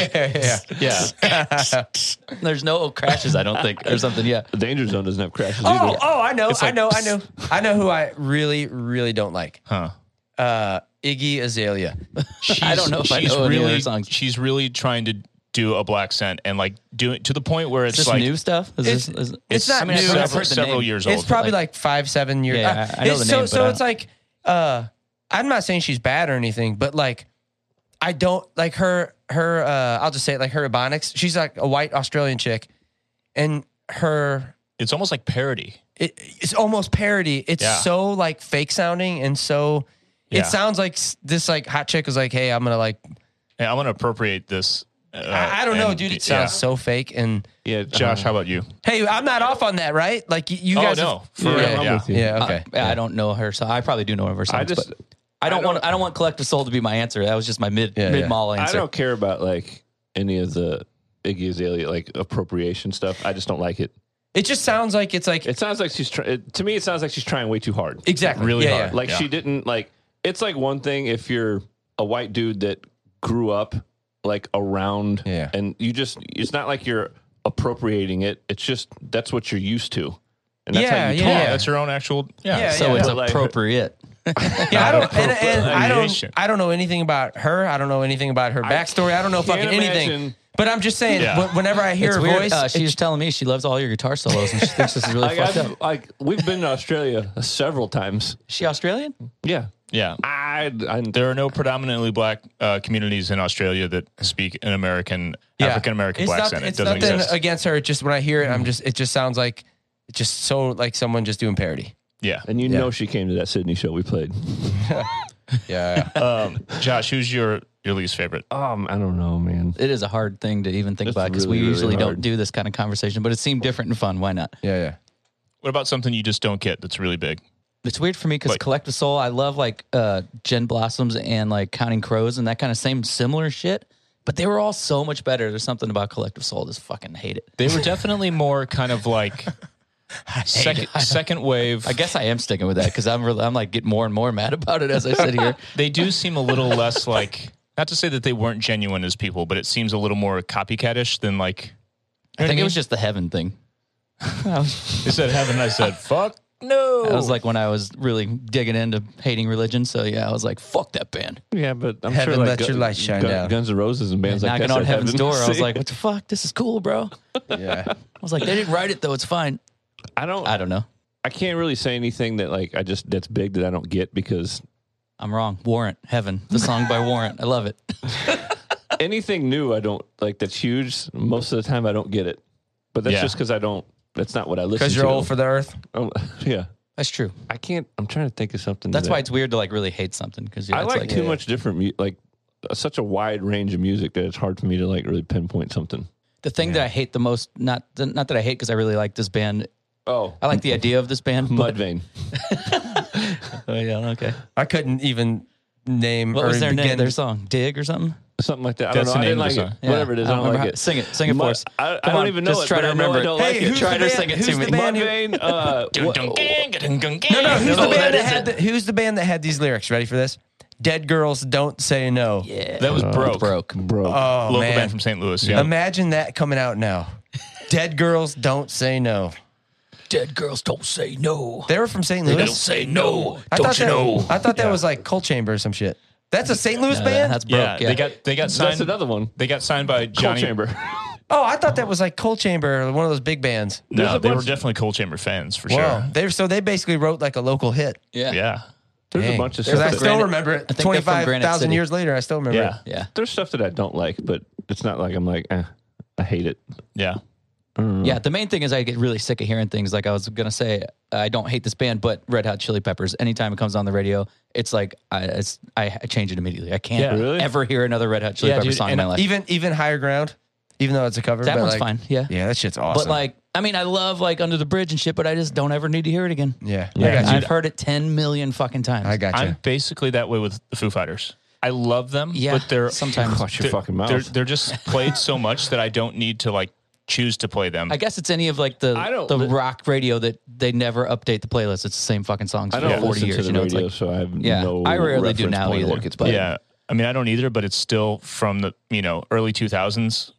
S2: yeah.
S3: yeah. There's no crashes, I don't think, or something. Yeah.
S4: The Danger Zone doesn't have crashes
S2: Oh,
S4: either.
S2: oh, I know, I
S1: like,
S2: know, I know, I know who I really, really don't like.
S1: huh.
S2: Uh, Iggy Azalea.
S1: She's,
S3: I don't know if I
S1: she's
S3: know any other
S1: really,
S3: songs.
S1: She's really trying to do a black scent and like do it to the point where
S3: Is
S1: it's
S3: this
S1: like
S3: new stuff? Is
S2: It's-
S3: this, is,
S2: it's not
S3: I mean, I've heard-
S2: new.
S1: several,
S3: I've heard the
S1: several
S3: name.
S1: years old.
S2: It's probably like, five, seven years.
S3: Yeah,
S2: uh,
S3: I- I know
S2: it's
S3: the
S2: so,
S3: name,
S2: so
S3: but I-
S2: it's like, uh, I'm not saying she's bad or anything, but like, I don't like her. Her, uh, I'll just say it like her ebonics. She's like a white Australian chick, and her.
S1: it's almost like parody.
S2: It, it's almost parody. It's
S1: Yeah.
S2: so like fake sounding, and so
S1: Yeah.
S2: it sounds like s- this like hot chick was like, "Hey, I'm gonna like
S1: Yeah, I'm gonna appropriate this. uh,
S2: I, I don't know,
S1: and-
S2: dude. It
S1: yeah.
S2: sounds so fake. And
S4: yeah,
S1: Josh, how about you?
S2: hey, I'm not off on that, right? Like y- you
S1: Oh,
S2: guys.
S1: no. For
S2: yeah,
S1: real,
S2: yeah,
S1: yeah.
S2: yeah,
S3: Uh,
S2: okay.
S3: yeah, I don't know her, so I probably do know of her songs.
S4: I just
S3: but I don't,
S4: I don't-
S3: want. I don't want Collective Soul to be my answer. That was just my mid
S2: Yeah,
S3: mid mall
S4: I
S3: answer.
S4: don't care about like any of the Iggy Azalea like appropriation stuff. I just don't like it.
S2: It just sounds like it's like
S4: It sounds like she's trying. To me, it sounds like she's trying way too hard.
S2: exactly
S1: Really
S2: yeah,
S1: hard.
S2: Yeah.
S4: Like she didn't like. It's like one thing if you're a white dude that grew up like around,
S2: Yeah.
S4: and you just. It's not like you're appropriating it. It's just that's what you're used to, and that's
S2: Yeah,
S4: how you
S2: yeah,
S4: talk.
S2: yeah.
S1: That's your own actual. Yeah.
S2: Yeah,
S3: so
S2: yeah.
S3: it's
S4: But like-
S3: appropriate.
S2: Yeah, I don't, and, and I don't,
S1: appropriation.
S2: I don't know anything about her. I don't know anything about her backstory. I don't know
S4: can't
S2: fucking anything.
S4: imagine-
S2: But I'm just saying,
S1: Yeah.
S2: wh- whenever I hear
S3: it's
S2: her
S3: weird.
S2: voice,
S3: uh,
S2: it-
S3: she was telling me she loves all your guitar solos and she thinks this is really
S4: Like,
S3: fucked up.
S4: I've, like we've been to Australia several times.
S3: Is she Australian?
S4: Yeah,
S1: Yeah.
S4: I, I
S1: There are no predominantly black uh, communities in Australia that speak an American
S2: yeah.
S1: African American
S2: It's
S1: black
S2: not-
S1: accent. It
S2: It's
S1: doesn't
S2: nothing
S1: exist.
S2: against her. It's just when I hear it, I'm just. It just sounds like, it's just so like someone just doing parody.
S1: yeah.
S4: and you know she came to that Sydney show we played.
S2: Yeah.
S1: Um, Josh, who's your your least favorite?
S4: Um, I don't know, man.
S3: It is a hard thing to even think
S4: It's
S3: about because
S4: really,
S3: we
S4: really
S3: usually don't
S4: hard.
S3: do this kind of conversation. But it seemed different and fun. Why not?
S2: yeah. Yeah.
S1: What about something you just don't get that's really big?
S3: It's weird for me because
S1: Like-
S3: Collective Soul, I love like uh Gen Blossoms and like Counting Crows and that kind of same similar shit. But they were all so much better. There's something about Collective Soul. I Just fucking hate it.
S1: They were definitely more kind of like second second wave.
S3: I guess I am sticking with that because I'm really, I'm like getting more and more mad about it as I sit here.
S1: they do seem a little less like not to say that they weren't genuine as people, but it seems a little more copycatish than like.
S3: I think it was just the heaven thing.
S1: They said heaven. I said fuck no.
S3: That was like when I was really digging into hating religion. So yeah, I was like, fuck that band.
S4: Yeah, but I'm
S2: Heaven,
S4: sure like
S2: let your light shine down.
S4: Guns N' Roses and bands like
S3: Knocking
S4: that
S3: on
S4: said
S3: heaven's
S4: heaven.
S3: door, I was
S4: See?
S3: like, what the fuck? This is cool, bro. I
S2: Yeah.
S3: was like, they didn't write it though. It's fine.
S4: I don't,
S3: I
S4: I
S3: don't know.
S4: can't really say anything that like I just that's big that I don't get because
S3: I'm wrong. Warrant, Heaven, the song by Warrant. I love it.
S4: anything new I don't like that's huge. Most of the time I don't get it, but that's
S1: Yeah.
S4: just because I don't. That's not what I listen.
S2: Because you're
S4: to.
S2: old for the earth.
S4: Um, yeah,
S3: That's true.
S4: I can't. I'm trying to think of something.
S3: That's
S4: that-
S3: why it's weird to like really hate something because yeah,
S4: I
S3: it's
S4: like,
S3: like
S4: too much different mu- like uh, such a wide range of music that it's hard for me to like really pinpoint something.
S3: the thing that I hate the most. Not th- not that I hate because I really like this band.
S4: Oh,
S3: I like
S1: Mm-hmm.
S3: the idea of this band. But,
S4: Mudvayne.
S3: oh, yeah, okay.
S2: I couldn't even name
S3: What
S2: or
S3: was their
S2: begin.
S3: name? Their song, Dig or something.
S4: something like that. I
S1: That's
S4: don't
S1: the
S4: know. I
S1: name
S4: didn't
S1: of
S4: like
S1: the
S4: it. Whatever it is, I don't
S3: remember
S4: like
S3: how-
S4: it.
S3: Sing it. Sing it
S4: Mu-
S3: for us.
S4: I, I
S3: Come
S4: don't
S3: on,
S4: even know
S3: just
S4: it,
S3: try
S4: but
S3: to
S4: I know I
S3: remember it.
S4: don't
S2: Hey,
S4: like it.
S2: who's
S3: Try
S2: the
S3: to
S2: band-
S3: sing it
S2: who's
S3: to me.
S2: the band who-
S4: Mudvayne. Uh, what-
S2: No, no. Who's the
S3: that
S2: band that
S3: is
S2: had? The, who's the band that had these lyrics? Ready for this? Dead girls don't say no.
S3: Yeah,
S1: that was broke.
S3: Oh, broke.
S4: bro.
S3: Uh,
S2: Oh
S1: Local
S2: man.
S1: band from St. Louis. Yeah.
S2: Imagine that coming out now. Dead girls don't say no.
S3: Dead girls don't say no.
S2: They were from St. Louis.
S3: say no.
S2: I thought that, I thought that was like Cold Chamber or some shit. That's a St. Louis band.
S3: that's broke.
S1: yeah,
S3: Yeah,
S1: They got they got signed.
S4: That's another one.
S1: They got signed by
S4: Cold
S1: Johnny.
S4: Chamber.
S2: oh, I thought that was like Cold Chamber, or one of those big bands.
S1: No,
S4: There's a
S1: they were
S4: bunch-
S1: definitely Cold Chamber fans for
S2: Wow.
S1: sure.
S2: They so they basically wrote like a local hit.
S3: yeah,
S1: Yeah.
S4: There's a
S2: Dang.
S4: bunch of
S2: 'Cause
S4: stuff.
S2: I
S4: That,
S2: still remember it.
S3: I think they're from
S2: Twenty
S3: Granite
S2: five thousand
S3: City.
S2: years later, I still remember.
S1: Yeah.
S2: It.
S3: yeah,
S4: there's stuff that I don't like, but it's not like I'm like, eh, I hate it.
S1: Yeah.
S3: yeah. The main thing is I get really sick of hearing things. Like I was gonna say, I don't hate this band, but Red Hot Chili Peppers. Anytime it comes on the radio, it's like I it's, I change it immediately. I can't
S1: Yeah.
S4: Really?
S3: ever hear another Red Hot Chili
S1: Yeah,
S3: Peppers
S1: dude,
S3: song in
S1: and
S3: my life.
S2: Even even higher ground, even though it's a cover.
S3: that
S2: but
S3: one's
S2: like,
S3: fine. Yeah,
S2: Yeah, that shit's awesome.
S3: but like I mean, I love like Under the Bridge and shit, but I just don't ever need to hear it again.
S2: Yeah.
S1: Yeah.
S2: I got you.
S3: I've heard it 10 million fucking times.
S2: I got you.
S1: I'm basically that way with the Foo Fighters. I love them,
S3: Yeah,
S1: but they're
S3: sometimes.
S4: Watch your
S1: they're,
S4: fucking mouth.
S1: They're, they're just played so much that I don't need to like choose to play them.
S3: I guess it's any of like the
S4: I don't
S3: the
S4: li-
S3: rock radio that they never update the playlist. It's the same fucking songs
S4: I
S3: for
S4: don't
S3: 40
S4: listen
S3: years.
S4: to the
S3: you know,
S4: radio,
S3: it's like
S4: so I have
S3: Yeah,
S4: no.
S3: I rarely do
S4: reference
S3: now
S4: point of
S3: either.
S4: What gets played.
S1: yeah, I mean I don't either, but it's still from the you know early 2000s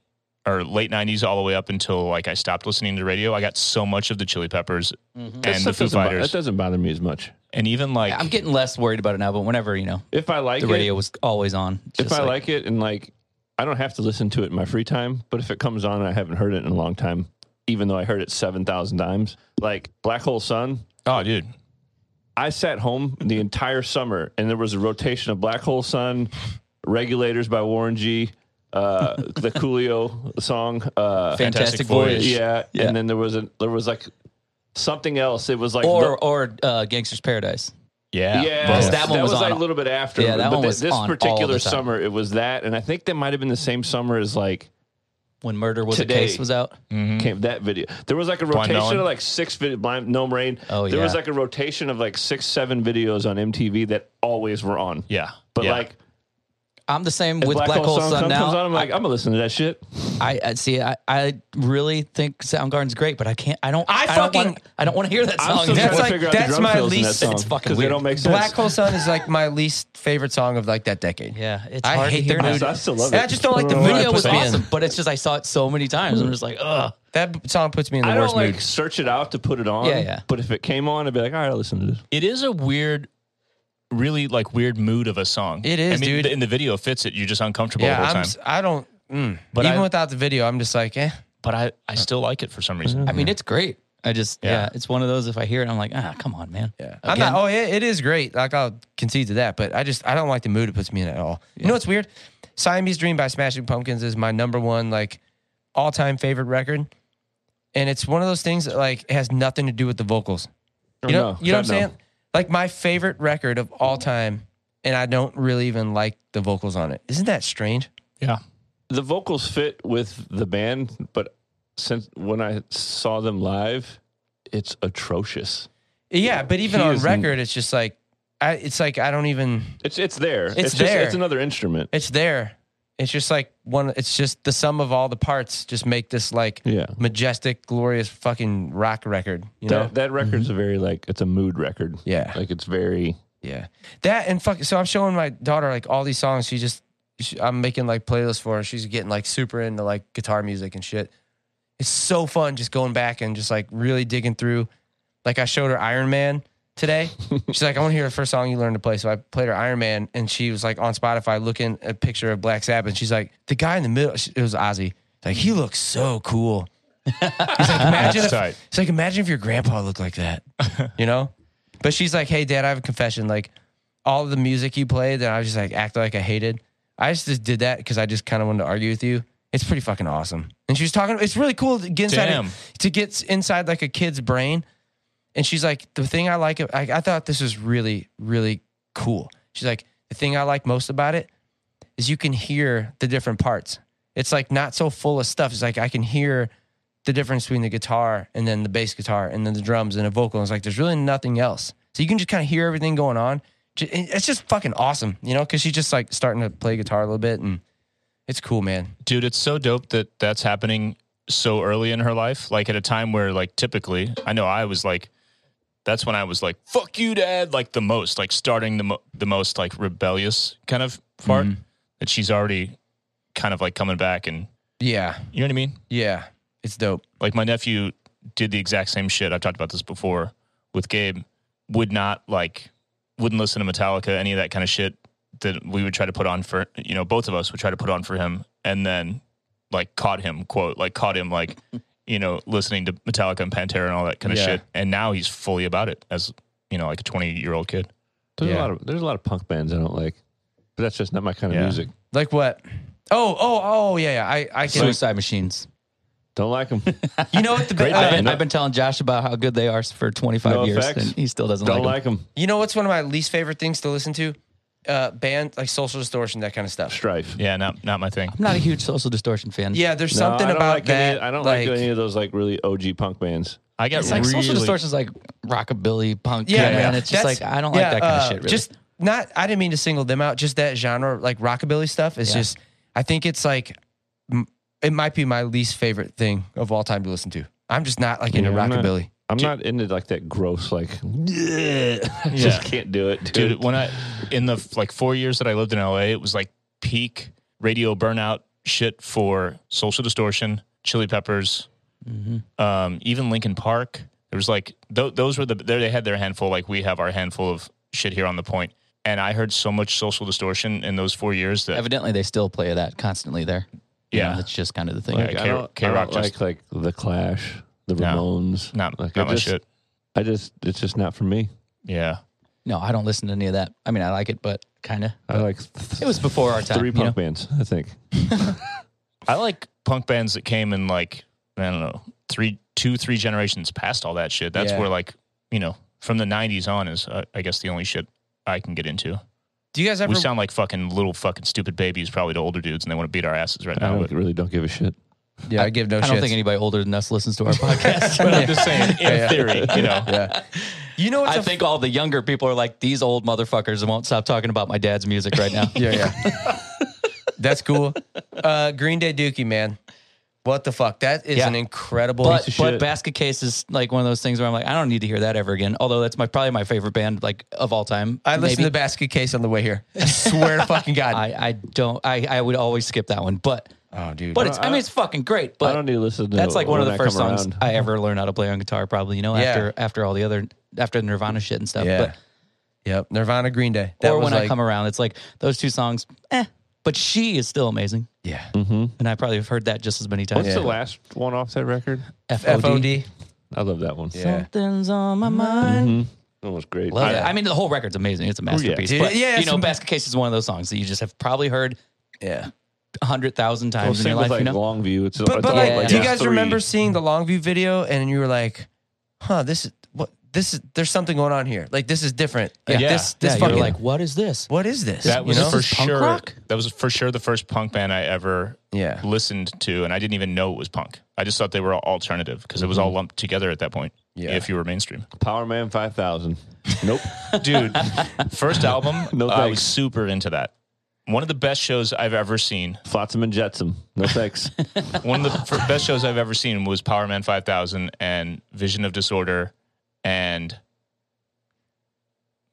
S1: or late 90s all the way up until like I stopped listening to the radio. I got so much of the Chili Peppers
S4: That
S1: and the
S4: stuff
S1: Foo
S4: doesn't bo-
S1: Fighters,
S4: that doesn't bother me as much.
S1: and even like
S3: I'm getting less worried about it now, but whenever, you know,
S4: If I like
S3: the
S4: it,
S3: radio was always on. It's
S4: if
S3: just
S4: I like, it and like, I don't have to listen to it in my free time. But if it comes on, and I haven't heard it in a long time, even though I heard it seven thousand times. Like Black Hole Sun,
S1: oh dude,
S4: I sat home the entire summer, and there was a rotation of Black Hole Sun, Regulators by Warren G, uh, the Coolio song, uh,
S3: Fantastic,
S1: Fantastic
S3: Voyage.
S1: Voyage.
S4: yeah,
S3: Yeah.
S4: and then there was a there was like something else. It was like
S3: Or, or uh, Gangster's Paradise.
S1: yeah,
S4: yeah,
S1: both.
S3: that one was
S4: like
S3: on-
S4: a little bit after.
S3: Yeah, that
S4: but
S3: one
S4: thi-
S3: was
S4: this
S3: on all
S4: particular
S3: the time.
S4: summer. It was that, and I think that might have been the same summer as like
S3: When Murder Was a
S4: Today.
S3: Case was out.
S4: came that video. There was like a
S1: Blind
S4: rotation
S1: Melon?
S4: of like six video blind gnome rain.
S3: Oh,
S4: there was
S3: yeah.
S4: like a rotation of like six seven videos on MTV that always were on.
S1: yeah,
S4: But
S1: yeah.
S4: like
S3: I'm the same
S4: if
S3: with Black, Hole Sun,
S4: comes-
S3: now.
S4: comes on, I'm like, I, am gonna listen to that shit.
S3: I, I see. I, I really think Soundgarden's great, but I can't. I don't.
S2: I
S3: don't
S2: fucking-
S3: wanna- I don't want to hear that
S4: I'm
S3: song.
S4: still
S2: that's
S4: trying to
S2: like-
S4: figure out
S2: that's
S4: the drum
S2: my
S4: fills in that
S2: least-
S4: song
S3: it's fucking
S4: 'cause they
S3: weird.
S4: don't make sense.
S2: Black Hole Sun is like my least favorite song of like that decade.
S3: yeah, it's
S2: I
S3: hard to
S2: hate
S3: hear
S2: the
S3: now.
S2: mood.
S4: I still love
S2: And I
S4: it.
S2: just don't like the
S4: The
S2: mood.
S3: video
S2: it
S3: was
S2: puts me in.
S3: awesome, but it's just I saw it so many times. I'm just like, ugh.
S2: That song puts me in the
S4: I don't
S2: worst
S4: like
S2: mood.
S4: search it out to put it on.
S3: Yeah, yeah.
S4: But if it came on, I'd be like, all right, I'll listen to this.
S1: it is a weird really like weird mood of a song
S2: It is,
S1: i mean
S2: dude.
S1: the- and the video fits it you're just uncomfortable the
S2: Yeah,
S1: whole
S2: I'm.
S1: time
S2: s- I don't. Mm.
S1: But
S2: even
S1: I-
S2: without the video, I'm just like, eh.
S1: but i i still like it for some reason
S3: I mean, it's great. I just yeah.
S1: Yeah.
S3: it's one of those. If I hear it, I'm like, ah, come on, man.
S2: Yeah. I'm not, oh, yeah, it is great. Like, I'll concede to that, but I just, I don't like the mood it puts me in at all. You know what's weird? Siamese Dream by Smashing Pumpkins is my number one, like, all time favorite record. And it's one of those things that, like, has nothing to do with the vocals. You know,
S4: no,
S2: you know what I'm
S4: God, no.
S2: saying? Like, my favorite record of all time, and I don't really even like the vocals on it. Isn't that strange?
S1: yeah
S4: The vocals fit with the band, but since when I saw them live, it's atrocious.
S2: Yeah, but even
S4: He
S2: on
S4: is-
S2: record, it's just like, I, it's like, I don't even,
S4: It's it's there. It's, just
S2: there.
S4: it's another instrument.
S2: it's there. It's just like one, it's just the sum of all the parts just make this, like,
S4: Yeah.
S2: majestic, glorious fucking rock record. You know?
S4: That that record's a very like it's a mood record.
S2: Mm-hmm. Yeah.
S4: Like it's very
S2: yeah. That and fuck. So I'm showing my daughter like all these songs. She just, she, I'm making like playlists for her. She's getting like super into like guitar music and shit. It's so fun just going back and just like really digging through. Like I showed her Iron Man today. She's like, I want to hear the first song you learned to play. So I played her Iron Man and she was like on Spotify looking at a picture of Black Sabbath. And she's like, the guy in the middle, it was Ozzy. Like, he looks so cool. He's like, imagine if,
S1: tight.
S2: It's like imagine if your grandpa looked like that, you know. But she's like, "Hey, Dad, I have a confession. Like, all of the music you played that I was just like acted like I hated. I just, just did that because I just kind of wanted to argue with you. It's pretty fucking awesome." And she was talking. It's really cool to get inside
S1: Damn.
S2: to get inside like a kid's brain. And she's like, "The thing I like, I, I thought this was really, really cool." She's like, "The thing I like most about it is you can hear the different parts. It's like not so full of stuff. It's like I can hear." the difference between the guitar and then the bass guitar and then the drums and a vocal. It's like there's really nothing else. So you can just kind of hear everything going on. J- and It's just fucking awesome, you know, because she's just like starting to play guitar a little bit and it's cool, man.
S1: dude it's so dope that that's happening so early in her life like at a time where like typically i know i was like that's when i was like fuck you dad like the most like starting the, mo- the most like rebellious kind of part that she's already kind of like coming back and
S2: Yeah,
S1: you know what i mean
S2: yeah, it's dope.
S1: like my nephew did the exact same shit. I've talked about this before with Gabe. Would not like, wouldn't listen to Metallica, any of that kind of shit that we would try to put on for you know both of us would try to put on for him, and then like caught him quote like caught him like you know listening to Metallica and Pantera and all that kind of
S2: Yeah.
S1: shit, and now he's fully about it as you know like a twenty year old kid.
S4: there's
S2: Yeah.
S4: a lot of there's a lot of punk bands I don't like. But that's just not my kind of
S1: Yeah.
S4: music.
S2: Like what? Oh, oh, oh, yeah, yeah. I, I can.
S3: Suicide Machines.
S4: Don't like them.
S2: you know what? The
S1: Great
S2: uh,
S1: band.
S3: I've been,
S4: no-
S3: I've been telling Josh about how good they are for 25
S4: No
S3: years,
S4: effects.
S3: and he still doesn't
S4: Don't
S3: like
S4: like them.
S2: You know what's one of my least favorite things to listen to? uh, bands like Social Distortion, that kind of stuff.
S4: Strife.
S1: Yeah, not not my thing.
S3: I'm not a huge Social Distortion fan.
S2: Yeah, there's
S4: No,
S2: something
S4: I don't
S2: about
S4: like
S2: that.
S4: Any, I don't like, any of those like really OG punk bands.
S1: I got
S3: It's like
S1: really
S3: social distortion's like rockabilly punk.
S2: Yeah,
S3: Yeah, man.
S2: yeah.
S3: It's just
S2: That's-
S3: like I don't like
S2: yeah,
S3: that kind
S2: uh,
S3: of shit. Really.
S2: Just not. I didn't mean to single them out. Just that genre, like rockabilly stuff, is
S3: Yeah.
S2: just. I think it's like, m- it might be my least favorite thing of all time to listen to. I'm just not like into
S4: Yeah, I'm not-
S2: rockabilly.
S4: I'm not into like that gross like. I
S1: Yeah.
S4: just can't do it, dude.
S1: dude. When I in the like four years that I lived in LA, it was like peak radio burnout shit for Social Distortion, Chili Peppers, um, even Lincoln Park. There was like th- those were the there they had their handful. Like we have our handful of shit here on the point. And I heard so much Social Distortion in those four years that
S3: Evidently, they still play that constantly there. You
S1: Yeah.
S3: know, that's just kind of the thing.
S1: Like,
S4: Like, I
S1: K-
S4: don't, I
S1: K-Rock
S4: don't
S1: just-
S4: like like the Clash, the
S1: No.
S4: Ramones.
S1: not
S4: like,
S1: not
S4: I
S1: my
S4: just,
S1: shit.
S4: I just it's just not for me.
S1: Yeah,
S3: no, I don't listen to any of that. I mean, I like it, but kind of.
S4: I like th-
S3: It was before our time.
S4: three
S3: you
S4: punk
S3: know?
S4: bands. I think
S1: I like punk bands that came in like I don't know three, two, three generations past all that shit. That's
S2: Yeah.
S1: where like you know from the '90s on is uh, I guess the only shit I can get into.
S2: Do you guys ever?
S1: We sound like fucking little fucking stupid babies, probably to older dudes, and they want to beat our asses right
S4: I
S1: now.
S4: don't,
S1: But
S4: really don't give a shit.
S2: yeah, I
S4: Oh,
S2: give no
S3: I
S2: shit.
S3: don't think anybody older than us listens to our podcast.
S1: But I'm just saying, in
S2: Yeah.
S1: theory, you know,
S2: yeah. You know what's
S3: I
S2: a-
S3: think all the younger people are like these old motherfuckers won't stop talking about my dad's music right now.
S2: Yeah, yeah. That's cool. Uh, Green Day Dookie, man. What the fuck? That is
S3: Yeah.
S2: an incredible.
S3: But,
S4: Piece of
S3: but
S4: shit.
S3: basket case is like one of those things where I'm like, I don't need to hear that ever again. Although that's my probably my favorite band like of all time.
S2: I listened
S3: maybe.
S2: to Basket Case on the way here. I swear to fucking God.
S3: I, I don't I, I would always skip that one. But
S2: oh, dude.
S3: but it's I mean it's fucking great.
S4: I don't
S3: But
S4: need to listen to.
S3: that's like one of
S4: When
S3: the
S4: I
S3: first
S4: Come
S3: songs
S4: Around.
S3: I ever learned how to play on guitar, probably, you know,
S2: Yeah.
S3: after after all the other after the Nirvana shit and stuff.
S2: yeah.
S3: But
S2: yep. Nirvana Green Day. That
S3: or
S2: was
S3: when
S2: like,
S3: I come around, it's like those two songs, eh. But she is still amazing.
S2: Yeah.
S3: And I probably have heard that just as many times.
S4: What's the last one off that record?
S2: FOD.
S4: I love that one.
S2: Yeah.
S3: Something's on my mind.
S4: that one was great.
S3: Love
S4: I,
S3: it. I mean, the whole record's amazing. It's a masterpiece.
S2: Dude,
S3: But,
S2: yeah, it's
S3: you know,
S2: am-
S3: Basket Case is one of those songs that you just have probably heard
S2: Yeah.
S3: a hundred thousand
S4: well,
S3: times in
S4: same
S3: your
S4: with
S3: life.
S4: like
S3: you know,
S4: Longview. It's,
S2: But,
S4: it's
S2: but
S4: all,
S2: like,
S3: Yeah.
S2: do you
S4: those
S2: guys
S4: three.
S2: remember seeing the Longview video and you were like, huh, this is what this is there's something going on here. Like this is different. Like
S1: Yeah.
S2: this this
S3: yeah,
S2: fucking
S3: you're like, what is this?
S2: what is this?
S1: that was
S2: you know?
S1: for
S3: This is punk
S1: sure.
S3: rock?
S1: That was for sure the first punk band I ever
S2: Yeah.
S1: listened to, and I didn't even know it was punk. I just thought they were all alternative because it was all lumped together at that point.
S2: Yeah.
S1: If you were mainstream,
S4: Power Man Five Thousand? Nope.
S1: dude, first album,
S4: No
S1: I was
S4: thanks.
S1: super into that. One of the best shows I've ever seen.
S4: Flotsam and Jetsam. No thanks.
S1: One of the f- best shows I've ever seen was Power Man 5000 and Vision of Disorder and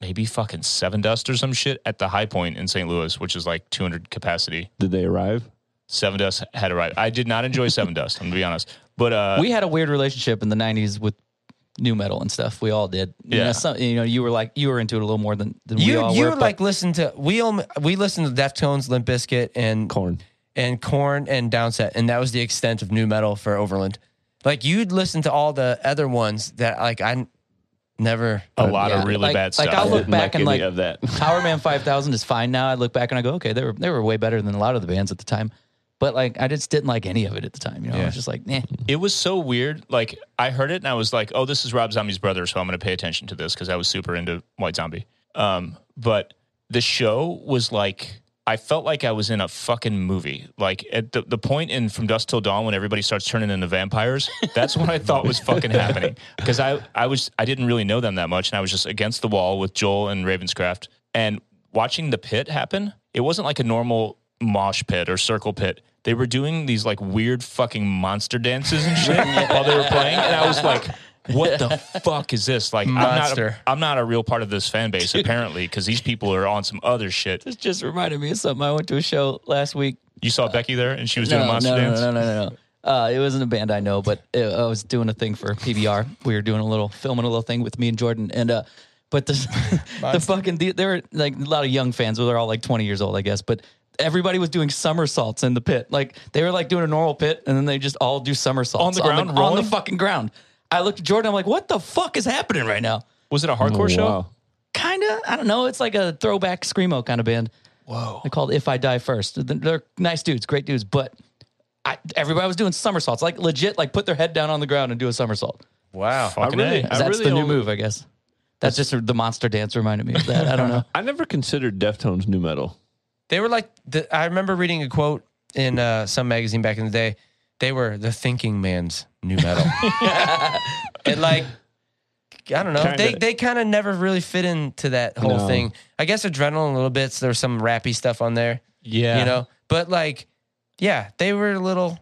S1: maybe fucking Seven Dust or some shit at the High Point in St. Louis, which is like 200 capacity.
S4: Did they arrive?
S1: Seven Dust had arrived. I did not enjoy Seven Dust, I'm going to be honest. But uh,
S3: we had a weird relationship in the '90s with new metal and stuff. We all did. You
S1: Yeah.
S3: know, some, you know, you were like you were into it a little more than, than we
S2: You
S3: all
S2: you
S3: were. but
S2: like listen to we om- we listened to Deftones, Limp Bizkit, and
S4: Corn.
S2: and Corn and Downset, and that was the extent of new metal for Overland. Like you'd listen to all the other ones that like I n- never.
S1: a lot
S3: yeah,
S1: of really
S3: like-
S1: bad
S3: like,
S1: stuff.
S3: I'll look
S4: Didn't
S3: back
S4: like
S3: and
S4: any
S3: like
S4: of that.
S3: Power Man 5000 is fine now. I look back and I go, okay, they were they were way better than a lot of the bands at the time. But like, I just didn't like any of it at the time. You know, I
S2: Yeah.
S3: was just like, nah.
S1: it was so weird. Like I heard it and I was like, "Oh, this is Rob Zombie's brother," so I'm going to pay attention to this because I was super into White Zombie. Um, but the show was like, I felt like I was in a fucking movie. Like at the, the point in From Dusk Till Dawn when everybody starts turning into vampires, that's what I thought was fucking happening because I I was I didn't really know them that much and I was just against the wall with Joel and Ravenscraft and watching the pit happen. It wasn't like a normal mosh pit or circle pit. They were doing these like weird fucking monster dances and shit while they were playing, and I was like, "What the fuck is this?" Like,
S2: Monster.
S1: I'm not a, I'm not a real part of this fan base apparently because these people are on some other shit.
S3: This just reminded me of something. I went to a show last week
S1: You saw Becky there, and she was doing a
S3: no,
S1: monster
S3: no, no,
S1: dance.
S3: no, no, no, no. Uh, it wasn't a band I know, but it, I was doing a thing for PBR. We were doing a little filming a little thing with me and Jordan, and uh, but this, the fucking the, there were like a lot of young fans. Well, they're all like twenty years old, I guess, but. Everybody was doing somersaults in the pit. Like they were like doing a normal pit, and then they just all do somersaults
S1: On the ground,
S3: on the,
S1: rolling?
S3: fucking ground. I looked at Jordan. I'm like, "What the fuck is happening right now?"
S1: Was it a hardcore show?
S4: Wow.
S3: Kinda. I don't know. It's like a throwback screamo kind of band. Whoa. They're called If I Die First. They're- They're nice dudes, great dudes, but I, everybody was doing somersaults, like legit, like put their head down on the ground and do a somersault.
S2: Wow.
S1: Fucking
S4: I really-
S1: A.
S4: I
S3: That's the new
S4: only-
S3: move, I guess. That's just the monster dance reminded me of that. I don't know.
S4: I never considered Deftones new metal.
S2: They were like, the, I remember reading a quote in uh, some magazine back in the day. They were the thinking man's new metal. and like, I don't know. They
S4: Kinda.
S2: they kind of never really fit into that whole
S4: No.
S2: thing. I guess adrenaline a little bit. So there was some rappy stuff on there,
S1: Yeah.
S2: you know. But like, yeah, they were a little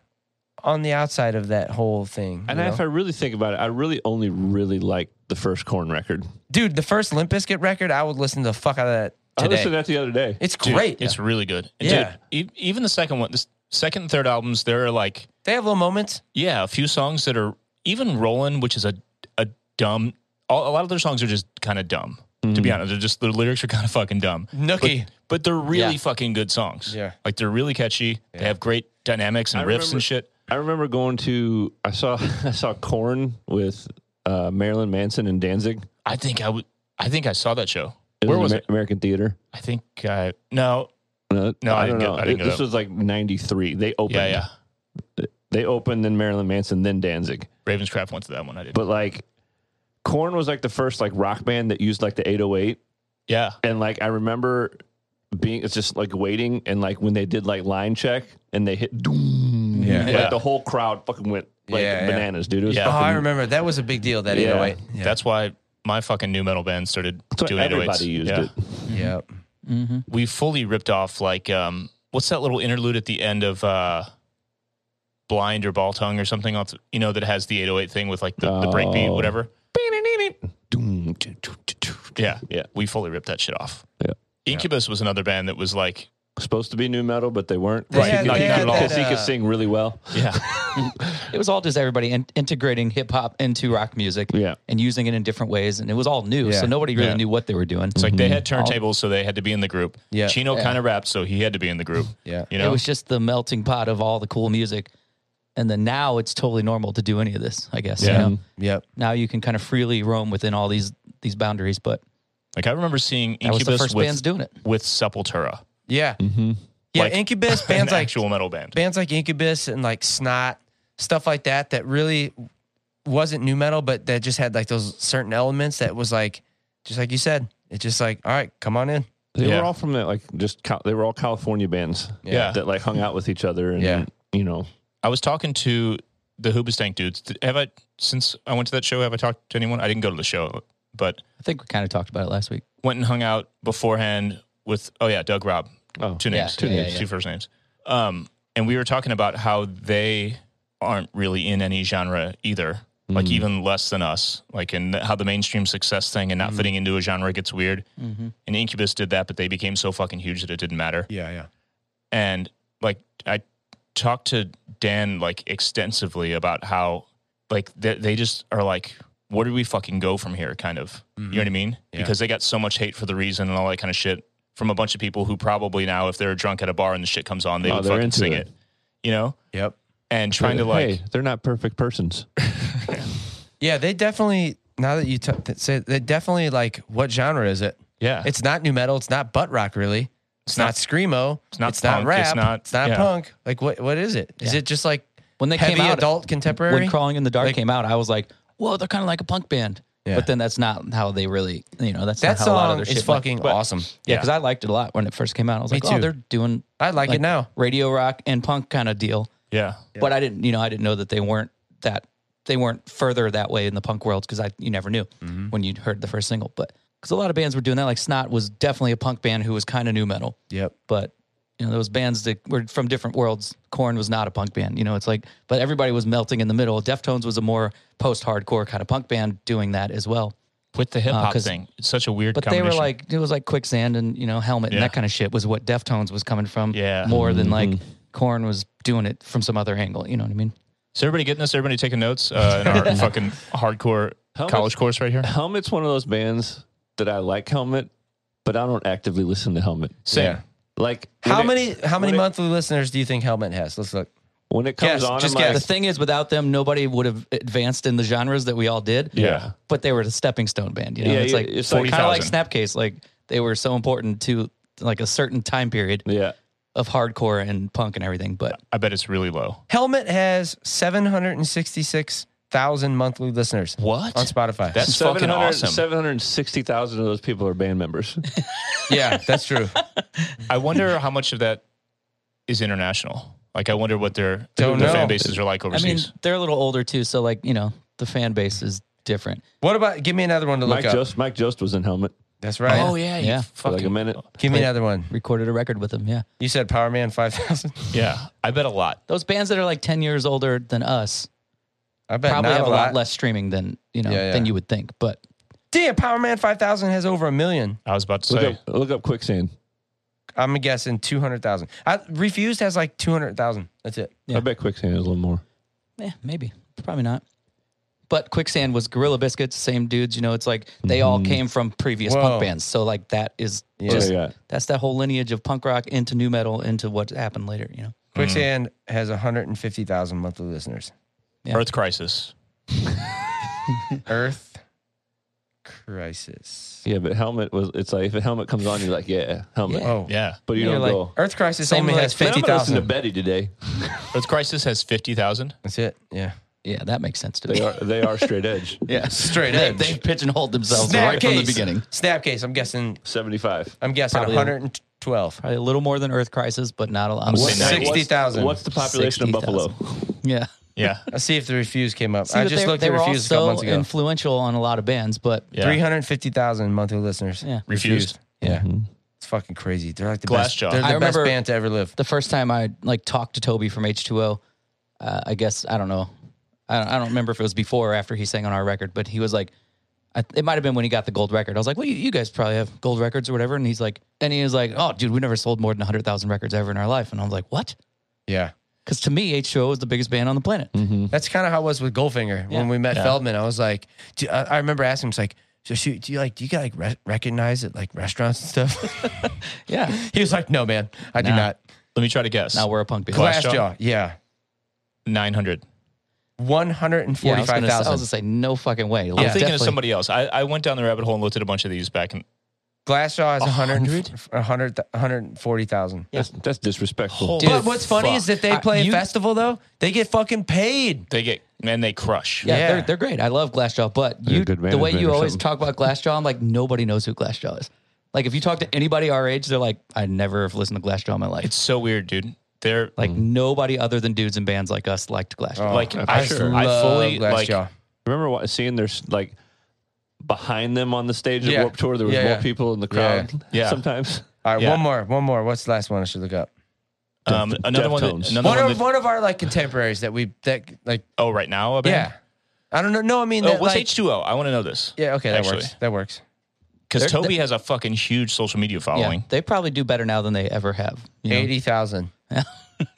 S2: on the outside of that whole thing.
S4: And
S2: you know?
S4: if I really think about it, I really only really liked the first Corn record.
S2: dude, the first Limp Bizkit record, I would listen to the fuck out of that
S4: I
S2: today.
S4: listened to that the other day.
S2: it's
S1: Dude,
S2: great.
S1: It's really good.
S2: Yeah.
S1: Yeah. Dude, e- even the second one, the second and third albums, there are like,
S2: they have little moments.
S1: yeah, a few songs that are even Roland, which is a, a dumb, a a lot of their songs are just kind of dumb. To
S4: Mm.
S1: be honest, they're just their lyrics are kind of fucking dumb,
S2: Nookie.
S1: but they're really
S3: Yeah.
S1: fucking good songs.
S2: Yeah.
S1: like they're really catchy. They have great dynamics and
S4: I
S1: riffs
S4: remember-
S1: and shit.
S4: I remember going to I saw I saw Corn with uh, Marilyn Manson and Danzig.
S1: I think I would. I think I saw that show.
S4: It
S1: Where was
S4: Amer-
S1: it?
S4: American Theater.
S1: I think I no.
S4: No,
S1: No, I
S4: don't
S1: didn't
S4: know.
S1: go- I didn't
S4: It-
S1: go.
S4: this was like '93. They opened.
S1: Yeah, yeah.
S4: They opened, then Marilyn Manson, then Danzig.
S1: Ravenscraft went to that one. I did.
S4: But like, Corn was like the first like rock band that used like the 808.
S1: yeah,
S4: and like I remember being it's just like waiting and like when they did like line check and they hit doom
S2: Yeah.
S4: like
S1: Yeah.
S4: the whole crowd fucking went like
S2: Yeah, yeah.
S4: bananas dude it was
S1: Yeah.
S2: Oh,
S4: fucking,
S2: I remember that was a big deal. That
S4: Yeah.
S2: 808. Yeah.
S1: that's why my fucking new metal band started
S4: that's what
S1: doing 808s.
S4: everybody used
S1: Yeah.
S4: it
S2: yeah.
S3: Mm-hmm.
S1: we fully ripped off like um what's that little interlude at the end of uh blind or ball tongue or something else you know that has the 808 thing with like the, the breakbeat
S4: Oh.
S1: whatever
S4: Doom, doo, doo, doo, doo, doo.
S1: yeah
S4: Yeah.
S1: we fully ripped that shit off
S4: Yeah.
S1: incubus was another band that was like
S4: supposed to be new metal but they weren't
S2: They
S1: had-
S4: because
S1: they
S4: he
S1: had
S4: could-
S1: that,
S4: because he could
S2: uh,
S4: sing really well
S1: yeah
S3: It was all just everybody in- integrating hip hop into rock music
S4: Yeah.
S3: and using it in different ways. And it was all new.
S2: Yeah.
S3: So nobody really
S1: Yeah. Mm-hmm.
S3: knew what they were doing.
S1: it's like they
S3: Mm-hmm.
S1: had turntables so they had to be in the group
S2: Yeah.
S1: chino kind of rapped so he had to be in the group
S2: Yeah.
S1: you know
S3: It was just the melting pot of all the cool music. And then now it's totally normal to do any of this, I guess. you
S1: Yeah.
S3: know?
S2: Yep.
S3: Now you can kind of freely roam within all these these boundaries, but
S1: like i remember seeing
S3: that was the
S1: incubus
S3: first bands
S1: with,
S3: doing it.
S1: with sepultura
S2: Yeah. Yeah.
S1: Mm-hmm. Like-
S2: Incubus bands
S1: an
S2: like
S1: actual metal band
S2: bands like Incubus and like Snot stuff like that that really wasn't new metal, but that just had like those certain elements that was like just like you said. It's just like all right, come on in.
S4: they
S1: Yeah.
S4: were all from that like just Cal- they were all California bands
S1: Yeah.
S4: that like hung out with each other and
S2: Yeah.
S4: you know
S1: I was talking to the Hoobastank dudes. Th- Have I since I went to that show? Have I talked to anyone? I didn't go to the show, but
S3: I think we kind of talked about it last week.
S1: went and hung out beforehand with oh yeah, Doug Robb.
S4: oh
S1: Two
S3: Yeah,
S1: names,
S3: yeah,
S1: two
S3: yeah,
S1: names,
S3: yeah.
S1: two first names. Um, and we were talking about how they aren't really in any genre either. Like
S3: Mm.
S1: even less than us. Like in how the mainstream success thing and
S3: Mm-hmm.
S1: not fitting into a genre gets weird. And Incubus did that, but they became so fucking huge that it didn't matter.
S2: Yeah, yeah.
S1: and like I talked to Dan like extensively about how like they, they just are like where do we fucking go from here kind of
S4: Mm-hmm.
S1: you know what I mean because they got so much hate for the reason and all that kind of shit from a bunch of people who probably now if they're drunk at a bar and the shit comes on they
S4: Oh,
S1: would
S4: they're
S1: fucking
S4: into
S1: sing
S4: it.
S1: it. you know
S2: Yep.
S1: and trying to like
S4: hey they're not perfect persons
S2: Yeah, they definitely now that you t- that say they definitely like what genre is it?
S1: yeah
S2: It's not new metal, it's not butt rock really. It's, not,
S1: not-
S2: screamo. It's
S1: not
S2: it's not
S1: punk,
S2: rap.
S1: it's not- yeah.
S2: punk. Like what what is it? Is it just like
S3: When they
S2: heavy
S3: came out,
S2: adult contemporary?
S3: when Crawling in the Dark
S2: Like-
S3: came out, I was like, whoa, they're kind of like a punk band.
S2: Yeah.
S3: But then that's not how they really, you know, that's
S2: that
S3: not how a lot of
S2: song
S3: their
S2: is
S3: shit went.
S2: fucking
S1: but-
S2: awesome.
S3: Yeah, because I liked it a lot when it first came out. I was
S2: Me
S3: like,
S2: too.
S3: oh, they're doing
S2: I like, it now.
S3: radio rock and punk kind of deal.
S1: yeah
S3: But I didn't, you know, I didn't know that they weren't that they weren't further that way in the punk world because I you never knew
S1: Mm-hmm.
S3: when you heard the first single. But because a lot of bands were doing that, like Snot was definitely a punk band who was kind of new metal.
S2: Yep.
S3: But you know, those bands that were from different worlds. Corn was not a punk band. You know, it's like, but everybody was melting in the middle. Deftones was a more post-hardcore kind of punk band doing that as well.
S1: with the hip hop
S3: Uh, 'cause-
S1: thing it's such a weird
S3: But they
S1: combination
S3: were like, it was like quicksand and you know helmet and
S1: Yeah.
S3: that kind of shit was what Deftones was coming from.
S1: Yeah. Mm-hmm.
S3: more than like Corn was doing it from some other angle. You know what I mean?
S1: is everybody getting this everybody taking notes uh, in our fucking hardcore
S4: much-
S1: college course right here
S4: Helmet's one of those bands that I like Helmet, but I don't actively listen to Helmet.
S1: same
S2: Yeah.
S4: Like
S2: How
S4: when it-
S2: many how many
S4: when it-
S2: monthly listeners do you think Helmet has? Let's look.
S4: when it comes
S2: Guess,
S4: on,
S2: just
S4: I'm like,
S3: The thing is, without them, nobody would have advanced in the genres that we all did.
S4: Yeah.
S3: but they were the stepping stone band. You know,
S4: Yeah,
S3: it's
S4: yeah,
S3: like
S4: it's
S3: kind
S4: like-
S3: of like
S1: 40,000.
S3: Snapcase. Like they were so important to like a certain time period
S4: yeah,
S3: of hardcore and punk and everything. But
S1: I bet it's really low
S2: Helmet has 766 thousand monthly listeners
S1: What?
S2: on Spotify.
S1: That's fucking
S4: 700
S1: awesome.
S4: 760,000 of those people are band members.
S2: yeah, that's true.
S1: I wonder how much of that is international. Like, I wonder what their,
S2: Don't
S1: their
S2: know.
S1: fan bases are like
S3: I mean,
S1: overseas.
S3: they're a little older too, so like you know, the fan base is different.
S2: What about? Give me another one to look
S4: Mike
S2: up.
S4: Jost, Mike Jost was in Helmet
S2: that's right.
S1: oh yeah,
S3: Yeah.
S1: yeah.
S4: for like a minute.
S2: give me another one.
S3: Recorded a record with them. Yeah,
S2: You said Power Man five thousand.
S1: yeah. I bet a lot.
S3: those bands that are like ten years older than us
S2: I bet
S3: probably
S2: not
S3: have
S2: a lot.
S3: less streaming than you know
S2: Yeah, yeah.
S3: than you would think. But
S2: Damn, Power Man five thousand has over a million.
S1: I was about to
S4: Look
S1: say.
S4: up, look up Quicksand.
S2: I'm guessing two hundred thousand. I Refused has like two hundred thousand. That's it.
S3: Yeah.
S4: I bet Quicksand is a little more.
S3: yeah, maybe probably not. But Quicksand was Gorilla Biscuits, same dudes. You know, it's like they all came from previous
S2: Mm-hmm. Whoa.
S3: punk bands. So like that is
S2: Yeah.
S3: just
S4: What do they got?
S3: that's that whole lineage of punk rock into new metal into what happened later. You know,
S2: Quicksand has one hundred and fifty thousand monthly listeners.
S3: Yeah.
S1: Earth Crisis.
S2: Earth Crisis.
S4: Yeah, but Helmet was, it's like if a helmet comes on, you're like, yeah, Helmet.
S2: Oh,
S1: Yeah.
S4: But you
S3: You're
S4: don't
S3: like,
S4: go.
S2: Earth Crisis
S3: Same
S2: only
S3: like
S2: has
S4: "Man, I'm
S2: fifty
S4: gonna listen to
S2: thousand.
S4: Betty today.
S1: Earth Crisis has fifty thousand.
S2: That's it. Yeah.
S3: yeah, that makes sense to
S4: They
S3: me.
S4: are they are straight edge.
S3: Yeah,
S2: Straight
S3: they,
S2: edge.
S3: they pigeonholed themselves
S2: Snap
S3: right from the
S2: case.
S3: beginning.
S2: Snap case. I'm guessing.
S4: Seventy five.
S2: I'm guessing
S3: Probably a-
S2: 112.
S3: Probably a little more than Earth Crisis, but not a lot. I'm
S1: What?
S3: saying
S1: Six-
S2: 60,000.
S4: What's the population of
S3: 60,000.
S4: Buffalo?
S3: yeah.
S1: Yeah.
S2: Let's see if the refuse came up.
S3: See,
S2: I
S3: but
S2: just
S3: they-
S2: looked
S3: they
S2: at
S3: were
S2: refuse a couple
S3: all
S2: months
S3: so
S2: ago.
S3: influential on a lot of bands, but
S1: Yeah.
S2: 350,000 monthly listeners.
S3: yeah. Mm-hmm.
S1: Refused.
S2: Yeah. It's fucking crazy. They're like the best.
S1: Glassjaw.
S2: They're the
S3: I
S2: best
S3: remember-
S2: band to ever live.
S3: The first time I like talked to Toby from H2O, uh, I guess I don't know, I don't, I don't remember if it was before or after he sang on our record, but he was like, I, it might have been when he got the gold record. I was like, well, you, you guys probably have gold records or whatever, and he's like, and he was like, oh, dude, we never sold more than hundred thousand records ever in our life, and I was like, what?
S2: Yeah.
S3: Because to me, H2O is the biggest band on the planet.
S1: Mm-hmm.
S2: That's kind of how it was with Goldfinger
S3: Yeah.
S2: when we met
S1: Yeah.
S2: Feldman. I was like, do, I, I remember asking him, it's like, so shoot, do you like, do you guys like re- recognize it, like restaurants and stuff?
S3: Yeah,
S2: he was like, no, man, I do
S3: Nah.
S2: not.
S1: Let me try to guess.
S3: now we're a punk band.
S1: Glassjaw?
S2: Glassjaw. Yeah.
S1: Nine hundred.
S3: Yeah, I was gonna say- I
S2: 145,000.
S3: was gonna say no fucking way.
S1: I'm
S3: Like,
S1: thinking of
S3: definitely-
S1: somebody else. I, I went down the rabbit hole and looked at a bunch of these back in.
S2: Glassjaw has 100,
S1: 100?
S2: 100, 140,000.
S4: That's, that's disrespectful.
S1: Holy-
S3: Dude,
S2: But what's funny is that they
S3: I-
S2: play
S3: you-
S2: a festival though. They get fucking paid.
S1: They get and they crush.
S3: Yeah,
S2: Yeah.
S3: They're, they're great. I love Glassjaw, but
S4: a
S3: you
S4: good
S3: the way
S4: management
S3: you
S4: or
S3: always
S4: something.
S3: talk about Glassjaw, I'm like nobody knows who Glassjaw is. Like if you talk to anybody our age, they're like, I never have listened to Glassjaw in my life.
S1: It's so weird, dude. They're
S3: like
S4: Mm.
S3: nobody other than dudes and bands like us liked Glassjaw.
S1: like
S4: I'm
S1: I,
S4: sure.
S1: I
S2: Oh, Love
S1: fully like
S2: Glassjaw.
S4: Remember what, seeing there's like behind them on the stage at
S2: Yeah.
S4: Warped Tour, there was
S2: Yeah,
S4: more
S2: yeah.
S4: people in the
S2: Yeah,
S4: crowd.
S1: yeah.
S4: sometimes.
S2: All right,
S1: Yeah.
S2: one more, one more. What's the last one I should look up?
S1: um, another one. That,
S4: Deftones.
S1: another
S2: One
S1: one.
S2: of
S1: that-
S2: one of our like contemporaries that we that like
S1: oh, right now. A band?
S2: yeah. I don't know. No, I mean
S1: Oh,
S2: that,
S1: what's
S2: like,
S1: H two O? I want to know this.
S2: yeah. Okay, that
S1: actually.
S2: works. That works.
S1: Because
S3: They're-
S1: Toby has a fucking huge social media
S3: yeah,
S1: following.
S3: they probably do better now than they ever have. You know?
S2: Eighty thousand.
S3: yeah,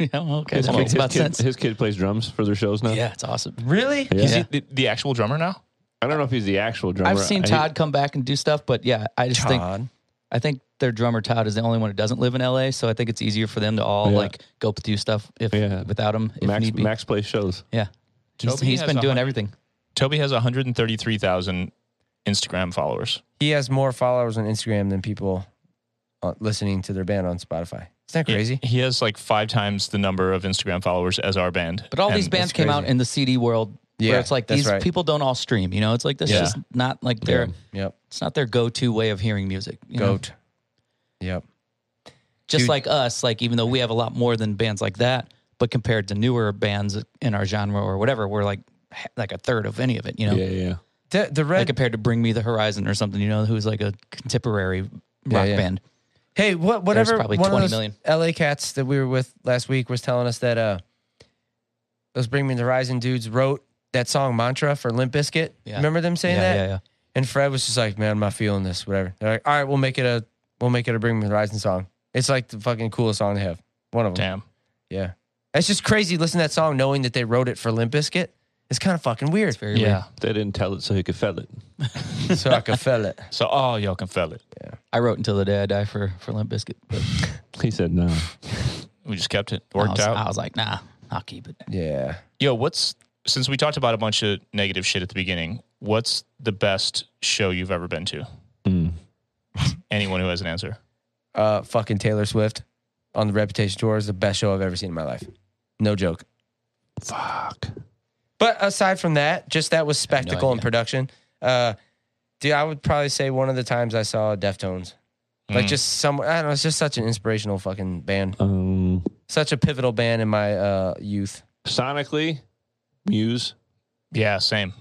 S3: okay, that
S4: kid-
S3: makes about
S4: kid,
S3: sense.
S4: His kid plays drums for their shows now.
S3: yeah, it's awesome.
S2: Really?
S4: Yeah.
S1: Is he the, the actual drummer now?
S4: I don't know if he's the actual drummer.
S3: I've seen
S4: I-
S3: Todd come back and do stuff, but yeah, I just think
S2: Todd.
S3: I think their drummer Todd is the only one who doesn't live in LA, so I think it's easier for them to all
S4: Yeah.
S3: like go do stuff if
S4: Yeah.
S3: without him. If
S4: Max
S3: need be.
S4: Max plays shows.
S3: yeah, he's,
S1: Toby
S3: he's
S1: has
S3: been doing
S1: 100
S3: everything.
S1: Toby has 133,000 Instagram followers.
S2: He has more followers on Instagram than people uh, listening to their band on Spotify. Isn't that
S1: He-
S2: crazy?
S1: He, has like five times the number of Instagram followers as our band.
S3: But all these
S1: And-
S3: bands
S2: that's
S3: came out
S2: crazy.
S3: in the CD world where
S2: Yeah,
S3: it's like
S2: that's
S3: these
S2: right.
S3: people don't all stream. You know, it's like this
S1: Yeah.
S3: just not like their
S2: Yep.
S3: it's not their go to way of hearing music. you know?
S2: Goat. Yep.
S3: Just
S2: Dude.
S3: like us, like even though we have a lot more than bands like that, but compared to newer bands in our genre or whatever, we're like h- like a third of any of it. You know,
S4: Yeah, yeah.
S2: The, the
S3: like
S2: red
S3: compared to Bring Me the Horizon or something. You know, who's like a contemporary rock
S2: yeah.
S3: band.
S2: Hey, what whatever
S3: probably
S2: one
S3: 20
S2: of those
S3: million.
S2: LA cats that we were with last week was telling us that uh those Bring Me the Horizon dudes wrote that song Mantra for Limp Bizkit.
S3: Yeah.
S2: Remember them saying
S3: yeah,
S2: that?
S3: yeah, yeah.
S2: And Fred was just like, Man, I'm not feeling this, whatever. They're like, All right, we'll make it a we'll make it a Bring Me the Horizon song. It's like the fucking coolest song they have. One of them.
S1: Damn.
S2: Yeah. It's just crazy listening to that song knowing that they wrote it for Limp Bizkit. It's kind of fucking weird.
S3: It's very weird.
S1: Yeah.
S4: They didn't tell it so he could fell it.
S2: so I could feel it.
S1: So, oh, y'all can feel it.
S3: I wrote until the day I die for for Limp Bizkit. but
S4: He said no.
S1: We just kept it.
S3: I
S1: Worked
S3: was,
S1: out.
S3: I was like, nah, I'll keep it.
S2: Yeah.
S1: Yo, what's, since we talked about a bunch of negative shit at the beginning, what's the best show you've ever been to?
S4: Hmm.
S1: Anyone who has an answer.
S2: uh, fucking Taylor Swift on the Reputation tour is the best show I've ever seen in my life. No joke.
S4: Fuck.
S2: But aside from that, just that was spectacle and
S3: idea.
S2: production. Uh, dude, I would probably say one of the times I saw Deftones, like
S1: Mm.
S2: just some. I don't know. It's just such an inspirational fucking band.
S4: Um,
S2: Such a pivotal band in my uh, youth.
S4: sonically, Muse.
S1: Yeah, same.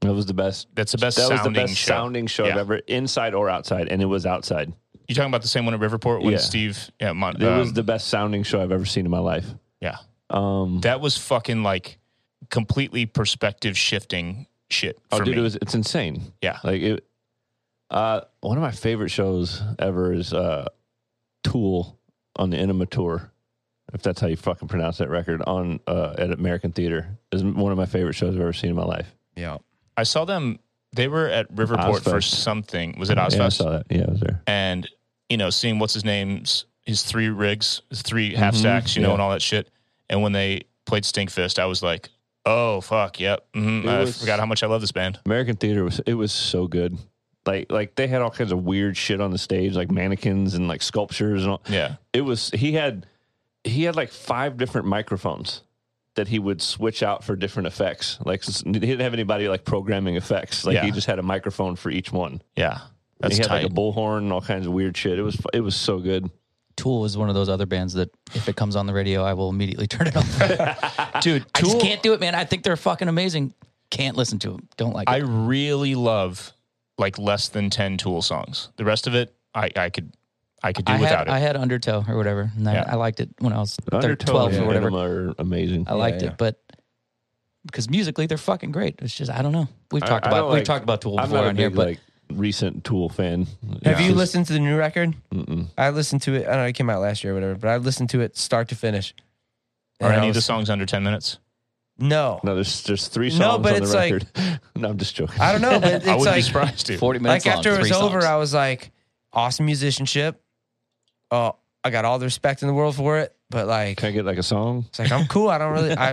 S4: That was the best.
S1: That's the best
S4: that was the
S1: sounding
S4: best
S1: show.
S4: sounding show I've
S1: Yeah.
S4: ever inside or outside, and it was outside.
S1: You talking about the same one at Riverport when
S4: Yeah.
S1: Steve? Yeah, Mon-
S4: It was
S1: um,
S4: the best sounding show I've ever seen in my life.
S1: yeah.
S4: Um,
S1: That was fucking like completely perspective shifting shit
S4: oh,
S1: for
S4: dude,
S1: me.
S4: it was it's insane.
S1: yeah,
S4: Like it. Uh, one of my favorite shows ever is uh, Tool on the Enema Tour, if that's how you fucking pronounce that record on uh, at American Theater. Is one of my favorite shows I've ever seen in my life.
S2: Yeah.
S1: I saw them. They were at Riverport for
S4: Ozfest.
S1: something. Was it
S4: Yeah, I
S1: Ozfest?
S4: saw that. Yeah, I was there.
S1: and you know, seeing what's his name's his three rigs, his three half
S4: Mhm,
S1: stacks, you know,
S4: yeah.
S1: and all that shit. And when they played Stinkfist, I was like, "Oh fuck, yep." mhm,
S4: It
S1: I
S4: was-
S1: forgot how much I love this band.
S4: American Theater was it was so good. Like like they had all kinds of weird shit on the stage, like mannequins and like sculptures and all.
S1: Yeah,
S4: It was he had he had like five different microphones that he would switch out for different effects. Like s- he didn't have anybody like programming effects. Like he
S1: Yeah.
S4: just had a microphone for each one.
S1: yeah,
S4: And
S1: that's
S4: he had
S1: tight.
S4: like a bullhorn and all kinds of weird shit. It was fu- it was so good.
S3: Tool is one of those other bands that if it comes on the radio, I will immediately turn it off.
S1: Dude,
S3: I just
S1: Tool-
S3: can't do it, man. I think they're fucking amazing. Can't listen to them. Don't like
S1: I
S3: it.
S1: really love like less than ten Tool songs. The rest of it, I I could I could do
S3: I
S1: without
S3: had, I
S1: it.
S3: had Undertow or whatever. And I,
S1: Yeah.
S3: I liked it when I was thir-
S4: Undertow
S3: 12
S4: and
S3: or whatever.
S4: Enema are amazing.
S3: I liked
S2: yeah.
S3: it, but because musically they're fucking great. It's just I don't know. We've
S4: I-
S3: talked
S4: I
S3: about
S4: don't
S3: we've
S4: like-
S3: talked about Tool
S4: I'm
S3: before
S4: not a
S3: on here,
S4: big,
S3: but
S4: like recent Tool fan.
S2: Have
S4: Yeah.
S2: you listened to the new record?
S4: Mm-mm.
S2: I listened to it. I don't know. It came out last year or whatever, but I listened to it start to finish.
S1: Are
S2: And I
S1: any of the
S2: was-
S1: songs under ten minutes?
S2: No.
S4: No, there's there's three songs
S2: No, but
S4: on
S2: it's
S4: the
S2: like-
S4: record. no, I'm just joking.
S2: I don't know, but it's
S1: I wouldn't be
S2: like
S1: surprised to.
S3: forty minutes.
S2: like
S3: long,
S2: after it was
S3: three
S2: over,
S3: songs.
S2: I was like, awesome musicianship. Oh, I got all the respect in the world for it, but like,
S4: Can I get like a song?
S2: it's like I'm cool. I don't really. I.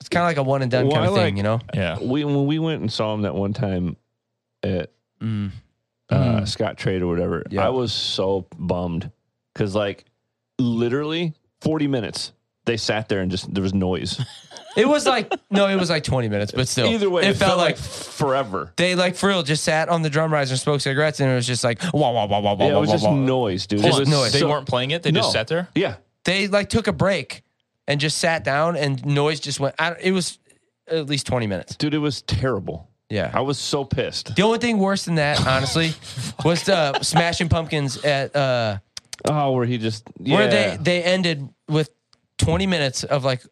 S2: It's kind of like a one and done
S4: Well,
S2: kind of
S4: I
S2: thing,
S4: like-
S2: you know.
S1: Yeah,
S4: We when we went and saw him that one time at
S2: Mm.
S4: uh, Scott Trade or whatever,
S2: Yeah.
S4: I was so bummed because like literally 40 minutes they sat there and just there was noise.
S2: It was like no, it was like 20 minutes, but still,
S4: Either way,
S2: it, felt, like.
S4: forever.
S2: they like for real just sat on the drum riser and smoked cigarettes, and it was just like wah wah wah wah wah
S4: Yeah, it
S2: wah
S4: was
S2: wah.
S4: just
S2: wah.
S4: noise, dude.
S1: Hold
S4: It
S1: on,
S4: was
S1: they
S4: so-
S1: weren't playing it. They
S4: No.
S1: just sat there.
S4: Yeah,
S2: They like took a break and just sat down, and noise just went. I, it was at least 20 minutes.
S4: dude, it was terrible.
S2: Yeah,
S4: I was so pissed.
S2: The only thing worse than that, honestly, was the Smashing Pumpkins at uh,
S4: Oh, where he just yeah.
S2: where they they ended with 20 minutes of like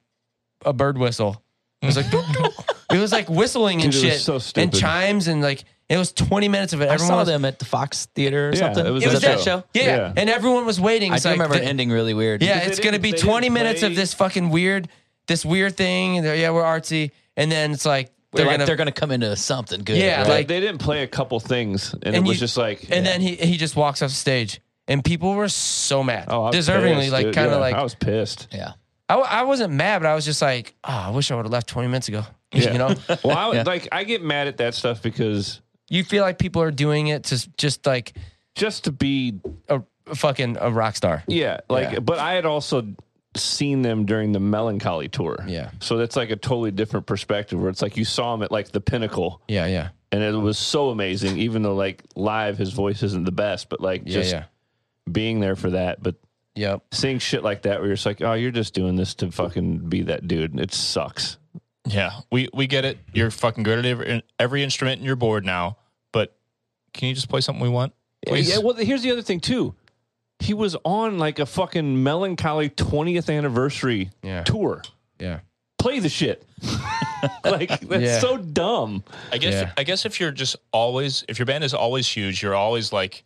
S2: a bird whistle. It was like doot, doot. it was like whistling and
S4: Dude, it was
S2: shit
S4: so
S2: and
S4: stupid.
S2: chimes and like it was 20 minutes of it.
S3: I
S2: Everyone
S3: saw
S2: was,
S3: them at the Fox Theater or
S4: Yeah,
S3: something.
S4: it was
S2: It was
S4: that
S2: that
S4: show.
S2: show. Yeah.
S4: Yeah.
S2: and everyone was waiting.
S3: I
S2: It's
S3: do
S2: like
S3: remember
S2: the-
S3: it ending really weird.
S2: Yeah,
S4: Because they
S2: it's gonna
S4: didn't-
S2: be
S4: they
S2: 20
S4: didn't
S2: minutes
S4: play-
S2: of this fucking weird, this weird thing. and they're, yeah, we're artsy, and then it's like
S3: they're,
S2: they're
S3: like,
S2: gonna.
S3: they're gonna come into something good.
S2: Yeah,
S4: Like,
S2: like-
S4: they didn't play a couple things, and, it
S2: And
S4: was
S2: you-
S4: just like
S2: and then he he just walks off stage, and people were so mad,
S4: oh, I was
S2: deservingly,
S4: pissed,
S2: like
S4: dude.
S2: kind of
S4: Yeah,
S2: like
S4: I was pissed.
S3: yeah.
S2: I, I wasn't mad, but I was just like, oh, I wish I would have left 20 minutes ago.
S4: Yeah.
S2: You know,
S4: Well, I, would like I get mad at that stuff because
S2: you feel like people are doing it to s- just like
S4: just to be
S2: a, a fucking a rock star.
S4: yeah, like
S2: Yeah.
S4: but I had also seen them during the melancholy tour.
S2: Yeah.
S4: So that's like a totally different perspective where it's like you saw him at like the pinnacle
S2: Yeah, yeah,
S4: and it was so amazing even though like live his voice isn't the best but like
S2: yeah,
S4: just
S2: yeah,
S4: being there for that but
S2: yep.
S4: seeing shit like that where you're just like oh you're just doing this to fucking be that dude it sucks.
S1: Yeah, we we get it. You're fucking good at every, every instrument, and you're bored now. But can you just play something we want? Please?
S4: Yeah, well here's the other thing too. He was on like a fucking melancholy 20th anniversary
S2: Yeah.
S4: tour.
S2: Yeah,
S4: play the shit. like that's
S2: Yeah.
S4: so dumb.
S1: I guess
S2: Yeah.
S1: I guess if you're just always if your band is always huge, you're always like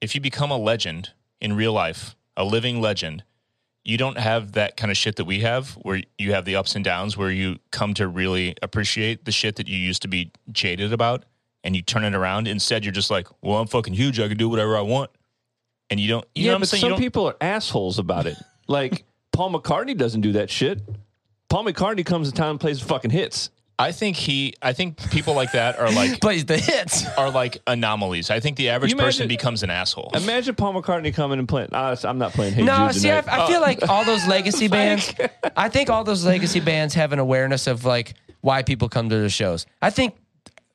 S1: if you become a legend in real life, a living legend, you don't have that kind of shit that we have where you have the ups and downs where you come to really appreciate the shit that you used to be jaded about and you turn it around. Instead you're just like, Well, I'm fucking huge, I can do whatever I want. And you don't you know what I'm saying? You
S4: some
S1: don't-
S4: people are assholes about it. like Paul McCartney doesn't do that shit. Paul McCartney comes to town and plays fucking hits.
S1: I think he I think people like that are like
S2: plays the hits.
S1: are like anomalies. I think the average
S4: You
S1: person
S4: imagine-
S1: becomes an asshole.
S4: Imagine Paul McCartney coming and playing. Ah, I'm not playing. Hey
S2: No,
S4: Jude
S2: see, I,
S4: tonight.
S2: I feel like all those legacy bands. I think all those legacy bands have an awareness of like why people come to the shows. I think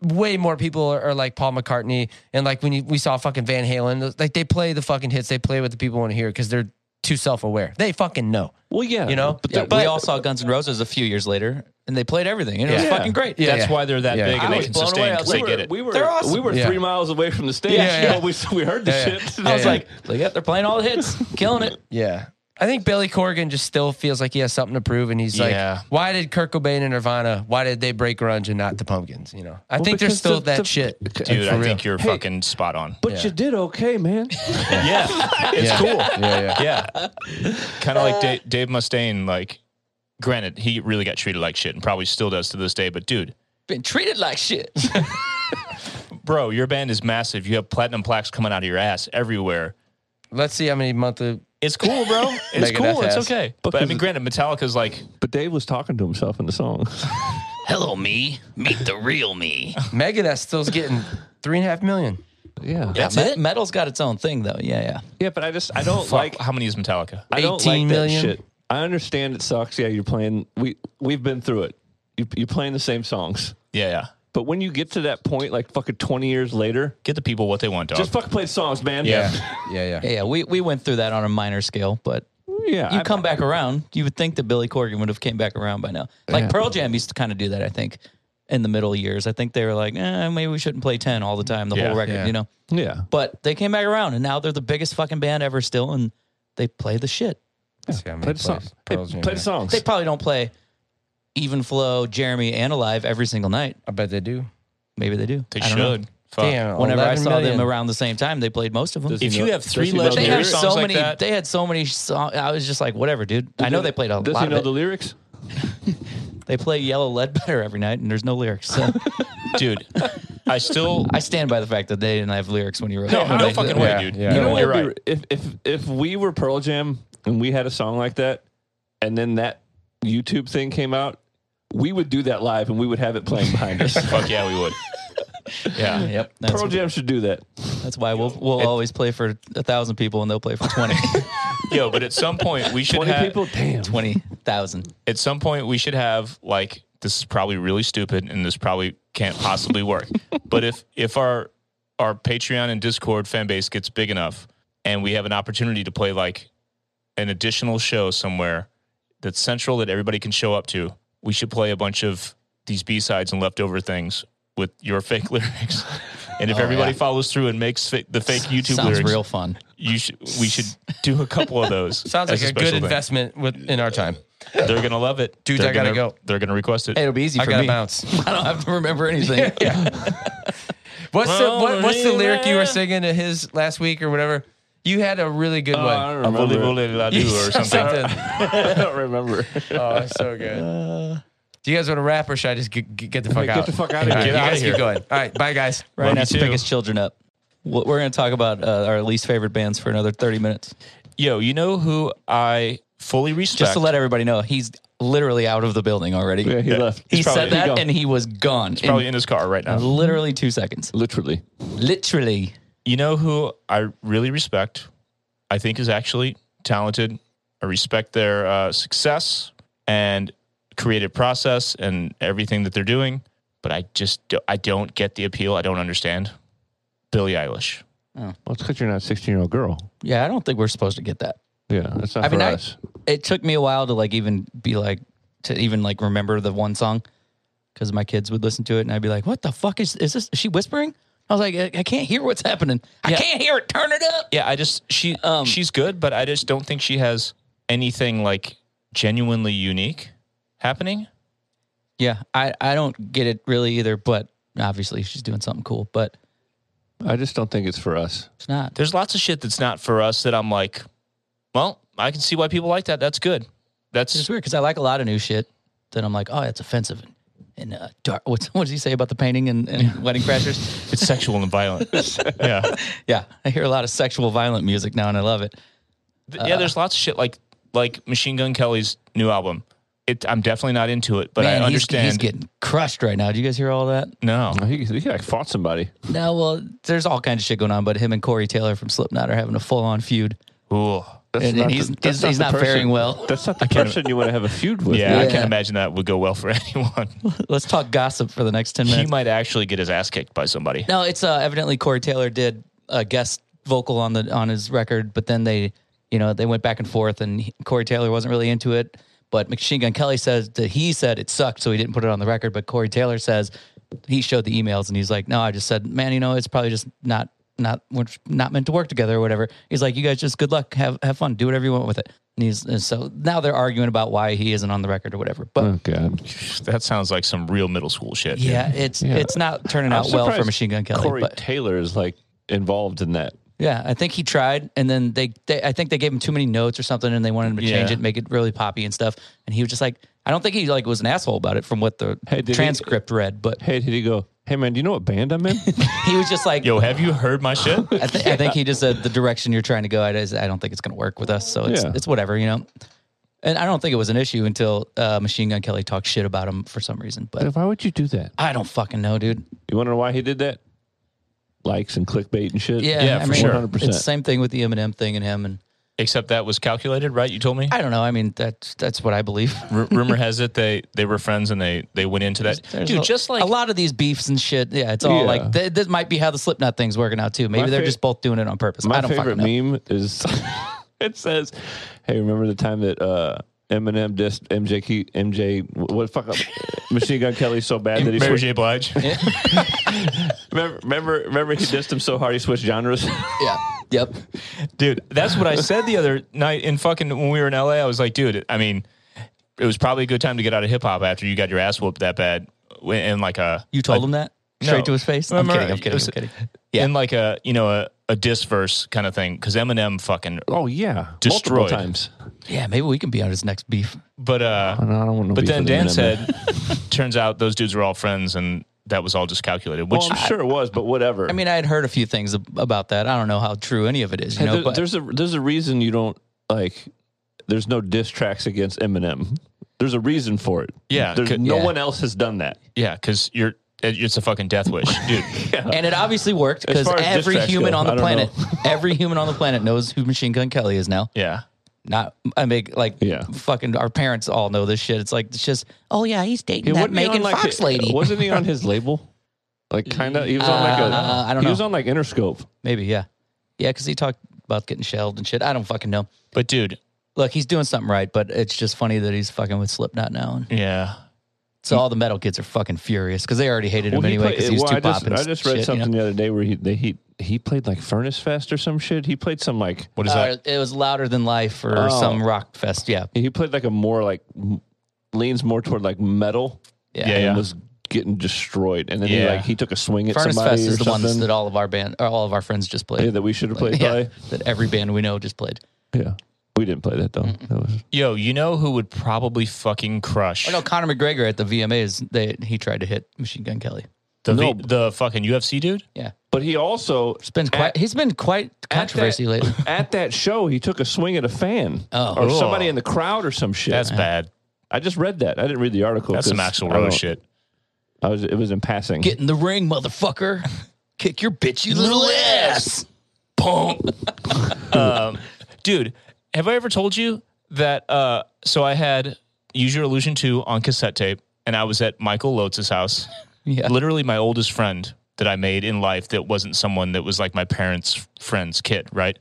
S2: way more people are, are like Paul McCartney and like when you, we saw fucking Van Halen, those- like they play the fucking hits, they play what the people want to hear because they're too self aware. They fucking know.
S4: Well, yeah,
S2: You know?
S4: but,
S3: Yeah,
S4: the- but
S3: we all saw Guns N' Roses a few years later, and they played everything. And it was
S4: Yeah.
S3: fucking great.
S2: Yeah,
S1: That's
S2: yeah.
S1: why they're that
S2: Yeah.
S1: big and
S3: I
S1: they
S3: was
S1: can
S3: blown away.
S1: sustain
S3: I
S1: because
S3: was
S1: they
S4: we were,
S1: get it.
S4: We were,
S3: They're awesome.
S4: we were
S2: Yeah.
S4: three miles away from the stage.
S2: Yeah, yeah.
S4: but we, we heard the
S2: Yeah, yeah.
S4: shit.
S3: I was
S2: Yeah.
S3: like, like, yep, they're playing all the hits, killing it.
S2: Yeah. I think Billy Corgan just still feels like he has something to prove, and he's
S1: Yeah.
S2: like, "Why did Kurt Cobain and Nirvana? Why did they break grunge and not the Pumpkins?" You know, I think there's
S4: because
S2: still
S4: the-
S2: that
S4: the-
S2: shit,
S1: Dude,
S2: Like, for
S1: I
S2: real.
S1: think you're
S4: Hey.
S1: fucking spot on.
S4: but
S2: Yeah.
S4: you did okay, man.
S1: Yeah, it's
S2: Yeah.
S1: cool.
S2: Yeah, yeah.
S1: Yeah, kind of like Dave, Dave Mustaine. Like, granted, he really got treated like shit, and probably still does to this day. But dude,
S3: Been treated like shit.
S1: bro, your band is massive. You have platinum plaques coming out of your ass everywhere.
S2: Let's see how many monthly.
S1: It's cool, bro. It's
S2: Megadeth
S1: cool. It's
S2: has.
S1: okay. But,
S4: But
S1: I
S4: is
S1: mean,
S4: it-
S1: granted, Metallica's like,
S4: but Dave was talking to himself in the song.
S3: Hello, me. Meet the real me.
S2: Megadeth still's getting three and a half million.
S4: yeah,
S1: that's
S3: Me-
S1: it.
S3: metal's got its own thing, though. Yeah, yeah.
S4: yeah. But I just I don't like
S1: How many is Metallica?
S4: I don't
S2: 18
S4: like that
S2: million?
S4: shit. I understand it sucks. Yeah, you're playing. We we've been through it. You, you're playing the same songs.
S1: Yeah, yeah.
S4: But when you get to that point, like fucking 20 years later,
S1: Get the people what they want, dog.
S4: just fucking play the songs, man.
S1: Yeah.
S2: yeah,
S3: Yeah, yeah. We, we went through that on a minor scale, but
S4: yeah.
S3: you
S4: I-
S3: come back around. You would think that Billy Corgan would have came back around by now. Like Pearl Jam used to kind of do that, I think, in the middle years. I think they were like, eh, maybe we shouldn't play 10 all the time, the
S1: Yeah.
S3: whole record,
S2: Yeah.
S3: you know?
S4: Yeah.
S3: But they came back around, and now they're the biggest fucking band ever still, and they play the shit.
S2: yeah.
S4: Play the songs. Hey, play the songs.
S3: They probably don't play Even Flow, Jeremy, and Alive every single night.
S2: I bet they do.
S3: Maybe they do.
S1: they
S3: I don't know.
S1: should. Fuck.
S2: Damn,
S3: Whenever I
S2: 11
S3: saw
S2: million.
S3: them around the same time, they played most of them.
S4: Does
S1: If
S4: he
S1: you
S4: know-
S1: have three
S4: does he know the
S3: they
S1: legendary
S3: had
S4: lyrics?
S1: songs
S3: so
S1: like
S3: many.
S1: that-
S3: they had so many songs. I was just like, whatever, dude. I know they played a
S4: Does
S3: lot.
S4: he
S3: of
S4: know
S3: it.
S4: the lyrics?
S3: They play Yellow Lead Better every night, and there's no lyrics. So
S1: dude. I still
S3: I stand by the fact that they didn't have lyrics when you wrote.
S1: no,
S3: it.
S1: no,
S3: They-
S1: fucking way,
S2: Yeah,
S1: dude.
S2: yeah.
S1: You know
S4: what
S1: what? You're
S4: would be
S1: right.
S4: re- If if if we were Pearl Jam and we had a song like that, and then that YouTube thing came out, we would do that live and we would have it playing behind us.
S1: Fuck yeah, we would. Yeah,
S3: Yep, that's,
S4: Pearl Jam should do that.
S3: that's why we'll we'll always play for a thousand people, and they'll play for twenty.
S1: yo. But at some point, we should
S4: Twenty
S1: have.
S4: people, damn.
S3: twenty thousand.
S1: At some point, we should have like this is probably really stupid, and this probably can't possibly work. but if if our our Patreon and Discord fan base gets big enough, and we have an opportunity to play like an additional show somewhere that's central that everybody can show up to, we should play a bunch of these B sides and leftover things with your fake lyrics. And if
S4: Oh,
S1: everybody follows through and makes fa- the fake YouTube
S3: Sounds
S1: lyrics,
S3: real fun.
S1: you should we should do a couple of those.
S2: Sounds like
S1: as
S2: a,
S1: special
S2: good
S1: thing.
S2: investment with, in our time.
S1: They're gonna love it,
S2: Dudes,
S1: They're
S2: I gotta
S1: gonna-
S2: go.
S1: They're gonna request it.
S3: It'll be easy
S2: I
S3: for
S2: gotta
S3: me.
S2: bounce.
S3: I don't have to remember anything.
S2: What's the what, what's the lyric you were singing to his last week or whatever? You had a really good
S4: Oh,
S2: one.
S4: I don't
S1: A
S4: remember.
S1: volley volley la do
S2: You
S1: or
S2: said
S1: something.
S4: I don't remember.
S2: Oh, it's so good. Do you guys want to rap or should I just g- g- get the fuck
S4: Get
S2: out?
S4: the fuck outta
S2: All
S1: Get
S2: right,
S4: here.
S2: you
S1: outta
S2: guys
S1: here.
S2: keep going. All right, bye guys.
S3: Ryan
S1: Love you
S3: has to pick
S1: too.
S3: his children up. What- We're going to talk about uh, our least favorite bands for another thirty minutes.
S1: Yo, you know who I fully respect?
S3: Just to let everybody know, he's literally out of the building already.
S4: Yeah, he left.
S3: he
S1: probably-
S3: said that,
S4: he gone.
S3: and he was gone. in
S1: probably in his car right now.
S3: literally two seconds.
S4: Literally.
S3: Literally.
S1: You know who I really respect? I think is actually talented. I respect their uh, success and creative process and everything that they're doing. But I just do, I don't get the appeal. I don't understand. Billie Eilish.
S4: Well, it's because you're not a 16 year old girl.
S3: Yeah, I don't think we're supposed to get that.
S4: Yeah, that's not
S3: I
S4: for
S3: mean, I,
S4: us.
S3: it took me a while to like even be like to even like remember the one song because my kids would listen to it and I'd be like, "What the fuck is is this? Is she whispering?" I was like, "I, I can't hear what's happening. I can't hear it. Turn it up."
S1: Yeah, I just she
S3: Um,
S1: she's good, but I just don't think she has anything like genuinely unique happening.
S3: Yeah, I I don't get it really either, but obviously she's doing something cool, but
S4: I just don't think it's for us.
S3: it's not.
S1: there's lots of shit that's not for us that I'm like, well, I can see why people like that. That's good.
S3: It's
S1: That's
S3: weird because I like a lot of new shit. Then I'm like, "Oh, that's offensive." And, and uh, dark. What's, what does he say about the painting and, and wedding crashers?
S1: it's sexual and violent. yeah,
S3: Yeah, I hear a lot of sexual violent music now, and I love it.
S1: Th- yeah. There's lots of shit like like Machine Gun Kelly's new album. It, I'm definitely not into it, but
S3: Man,
S1: I
S3: he's-
S1: understand.
S3: He's, getting crushed right now. Do you guys hear all that?
S1: no,
S4: Oh, He, he like fought somebody.
S3: No, well, there's all kinds of shit going on, but him and Corey Taylor from Slipknot are having a full on feud.
S1: Ooh.
S4: That's
S3: And- and he's- he's- he's not
S4: person-
S3: faring well.
S4: That's not the person you want to have a feud with.
S1: Yeah, I
S3: Yeah.
S1: can't imagine that would go well for anyone.
S3: Let's talk gossip for the next ten
S1: he
S3: minutes.
S1: might actually get his ass kicked by somebody.
S3: No, it's uh, evidently Corey Taylor did a guest vocal on the on his record, but then they, you know, they went back and forth, and he- Corey Taylor wasn't really into it. But Machine Gun Kelly says that he said it sucked, so he didn't put it on the record. But Corey Taylor says he showed the emails, and he's like, "No, I just said, man, you know, it's probably just not not we're not meant to work together or whatever." He's like, "You guys just good luck, have have fun, do whatever you want with it." And he's and so now they're arguing about why he isn't on the record or whatever. But
S4: Oh God.
S1: That sounds like some real middle school shit. dude.
S3: yeah, it's it's not turning
S4: I'm
S3: out well for
S4: surprised
S3: Machine Gun Kelly.
S4: Corey
S3: but,
S4: Taylor is like involved in that.
S3: Yeah, I think he tried, and then they, they I think they gave him too many notes or something, and they wanted him to change
S1: Yeah.
S3: it, make it really poppy and stuff. And he was just like, I don't think he like was an asshole about it from what the
S4: Hey, did he-
S3: transcript read, but
S4: Hey, did he go? Hey man, do you know what band I'm in?
S3: he was just like,
S1: Yo, have you heard my shit?
S3: I, th- I think he just said the direction you're trying to go at is I don't think it's going to work with us, so it's
S4: Yeah.
S3: it's whatever, you know. And I don't think it was an issue until uh, Machine Gun Kelly talked shit about him for some reason, but
S4: Why would you do that?
S3: I don't fucking know, dude.
S4: You want to know why he did that? Likes and clickbait and shit.
S3: Yeah,
S1: Yeah,
S3: I
S1: for
S3: mean,
S1: sure.
S3: It's
S4: 100%.
S3: the same thing with the Eminem thing and him, and
S1: Except that was calculated, right? You told me.
S3: I don't know. I mean, that's that's what I believe.
S1: R- rumor has it they they were friends and they they went into that.
S3: There's
S1: Dude,
S3: a-
S1: just like
S3: a lot of these beefs and shit. Yeah, it's all
S4: Yeah.
S3: like th- this might be how the Slipknot thing's working out too. Maybe
S4: My
S3: they're
S4: fa-
S3: just both doing it on purpose.
S4: My
S3: I don't
S4: favorite
S3: fucking know.
S4: meme is it says, "Hey, remember the time that uh, Eminem dissed MJ MJ what fuck up Machine Gun Kelly so bad that he
S1: Mary
S4: switched,
S1: J. Blige.
S4: remember, remember remember he dissed him so hard he switched genres."
S3: Yeah. Yep.
S1: dude that's what i said the other night in fucking when we were in la i was like dude i mean it was probably a good time to get out of hip-hop after you got your ass whooped that bad in like a
S3: You told
S1: a,
S3: him that straight
S1: No.
S3: to his face. I'm
S1: Remember,
S3: kidding. I'm
S1: it
S3: kidding.
S1: was-
S3: I'm kidding.
S1: yeah. in like a you know a, a diss verse kind of thing because eminem fucking
S4: Oh yeah, multiple
S1: Destroyed.
S4: times.
S3: Yeah, maybe we can be on his next beef.
S1: but uh
S4: No, I don't want no
S1: but
S4: beef
S1: then
S4: with
S1: dan
S4: Eminem.
S1: said turns out those dudes were all friends and that was all just calculated which
S4: "Well, I'm sure it was, but whatever."
S3: I mean, I had heard a few things ab- about that. I don't know how true any of it is. You
S4: Hey,
S3: know,
S4: there-
S3: but
S4: there's a there's a reason you don't like. There's no diss tracks against Eminem. There's a reason for it.
S1: Yeah,
S4: there's,
S1: c-
S4: no
S3: yeah.
S4: one else has done that.
S1: yeah because you're it- it's a fucking death wish dude
S3: and it obviously worked
S4: As
S3: because
S4: far as diss
S3: every
S4: tracks
S3: human
S4: go,
S3: on
S4: I
S3: the
S4: don't
S3: planet, every human on the planet knows who Machine Gun Kelly is now.
S1: yeah
S3: Not I make like
S4: Yeah.
S3: fucking our parents all know this shit. It's like it's just oh yeah, he's dating
S4: Yeah,
S3: that
S4: wasn't he on,
S3: Megan
S4: like,
S3: Fox
S4: the-
S3: lady.
S4: Wasn't he on his label? Like kind of, he was on like a.
S3: Uh, I don't
S4: he
S3: know.
S4: was on like Interscope.
S3: Maybe, yeah. Yeah, because he talked about getting shelled and shit. I don't fucking know.
S1: but dude
S3: Look, he's doing something right, but it's just funny that he's fucking with Slipknot now. And
S1: yeah
S3: so all the metal kids are fucking furious because they already hated him
S4: he
S3: anyway
S4: played-
S3: because he was
S4: well,
S3: too
S4: I just,
S3: popping.
S4: I just read something the other day where he they, he he played like Furnace Fest or some shit. He played some like
S1: what is that
S3: Uh, it was louder than life or
S4: Oh.
S3: some rock fest. Yeah.
S4: he played like a more like m- leans more toward like metal.
S3: Yeah.
S1: Yeah,
S4: and
S1: yeah.
S4: was getting destroyed, and then he
S1: Yeah.
S4: like he took a swing at
S3: Furnace
S4: somebody
S3: Fest
S4: or
S3: is the
S4: something.
S3: ones that all of our band or all of our friends just
S4: yeah,
S3: played.
S4: that we should have played.
S3: Yeah,
S4: by.
S3: that every band we know just played.
S4: Yeah. We didn't play that though. That was
S1: yo you know who would probably fucking crush
S3: Or Oh, no, Conor McGregor at the VMAs, they he tried to hit Machine Gun Kelly.
S1: the,
S4: No.
S1: v, the fucking ufc dude
S3: Yeah,
S4: But he also
S3: it's been quite. he's been quite controversy
S4: at that,
S3: lately.
S4: At that show, he took a swing at a fan
S3: Oh.
S4: or
S3: Ooh.
S4: somebody in the crowd or some shit.
S1: that's bad
S4: I just read that. I didn't read the article.
S1: That's
S4: 'cause
S1: some actual
S4: I don't-
S1: Rose shit.
S4: I was. It was in passing.
S3: Get in the ring, motherfucker. Kick your bitch, you little ass.
S1: Dude, have I ever told you that? Uh, so I had Use Your Illusion 2 on cassette tape, and I was at Michael Lotz's house.
S3: Yeah.
S1: Literally, my oldest friend that I made in life that wasn't someone that was like my parents' friend's kid, right?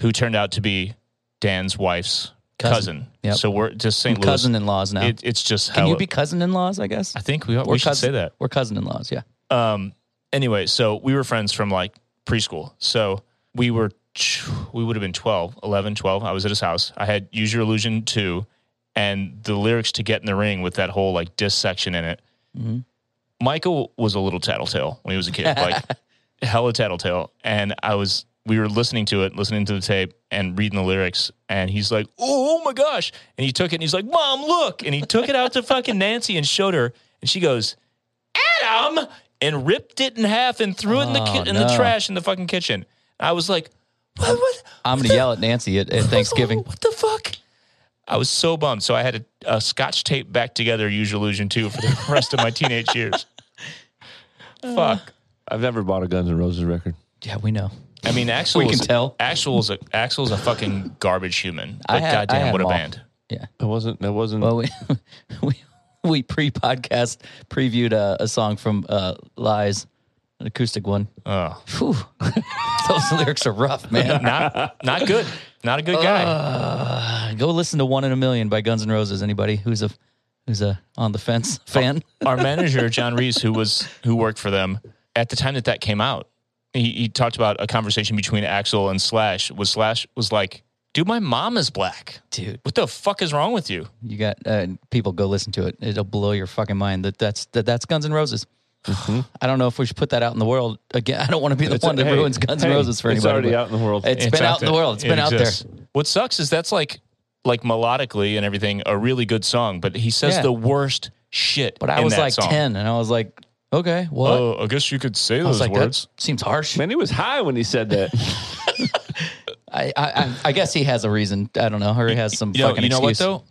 S1: Who turned out to be Dan's wife's
S3: Cousin.
S1: cousin.
S3: Yep.
S1: So we're just St. Louis.
S3: Cousin in laws now.
S1: It, it's just
S3: Can
S1: how
S3: you
S1: it-
S3: be cousin in laws, I guess?
S1: I think we, we should
S3: cousin,
S1: say that.
S3: We're cousin in laws, yeah.
S1: um anyway so we were friends from like preschool so we were we would have been 12 11 12 i was at his house i had use your illusion 2 and the lyrics to get in the ring with that whole like diss section in it michael was a little tattletale when he was a kid like hella tattletale and i was we were listening to it listening to the tape and reading the lyrics and he's like oh, oh my gosh and he took it and he's like mom look and he took it out to fucking nancy and showed her and she goes Adam and ripped it in half and threw it in the
S3: Oh,
S1: ki- in the
S3: no.
S1: trash in the fucking kitchen. I was like, what? what
S3: I'm going to yell at Nancy at, at Thanksgiving.
S1: What the fuck? I was so bummed. So I had a, a scotch tape back together Use Your Illusion 2 for the rest of my teenage years. Fuck.
S4: I've never bought a Guns N' Roses record.
S3: Yeah, we know.
S1: I mean, Axel
S3: We can
S1: is,
S3: tell.
S1: Axel's a Axel's a fucking garbage human.
S3: I
S1: But
S3: had- I
S1: goddamn,
S3: had
S1: what a
S3: them all.
S1: band!
S3: Yeah.
S4: That wasn't. That wasn't.
S3: Well, we we, we pre-podcast previewed uh, a song from uh, Lies, an acoustic one.
S1: Oh.
S3: Whew. Those lyrics are rough, man.
S1: not not good. Not a good guy.
S3: Uh, go listen to "One in a Million by Guns N' Roses. Anybody who's a who's a on the fence
S1: Oh,
S3: fan?
S1: Our manager John Reese, who was who worked for them at the time that that came out, he, he talked about a conversation between Axel and Slash. Was Slash was like, "Dude, my mom is black.
S3: Dude,
S1: What the fuck is wrong with you?"
S3: you got uh, people. Go listen to it. It'll blow your fucking mind. That that's that, that's Guns N' Roses. I don't know if we should put that out in the world again. I don't want to be the
S4: It's-
S3: one that
S4: hey,
S3: ruins Guns N'
S4: hey,
S3: Roses for
S4: it's
S3: anybody.
S4: already
S3: but
S4: out in the world.
S3: It's been out in the world. It's been out there.
S1: What sucks is that's like like melodically and everything a really good song, but he says
S3: Yeah.
S1: the worst shit.
S3: But I
S1: in
S3: was
S1: that
S3: like
S1: song.
S3: ten, and I was like, okay, what?
S1: Oh, I guess you could say
S3: I was
S1: those
S3: like,
S1: words.
S3: that seems harsh.
S4: Man, he was high when he said that.
S3: I, I, I, I guess he has a reason. I don't know. Or he has some
S1: You know,
S3: fucking
S1: you know what
S3: excuse.
S1: though?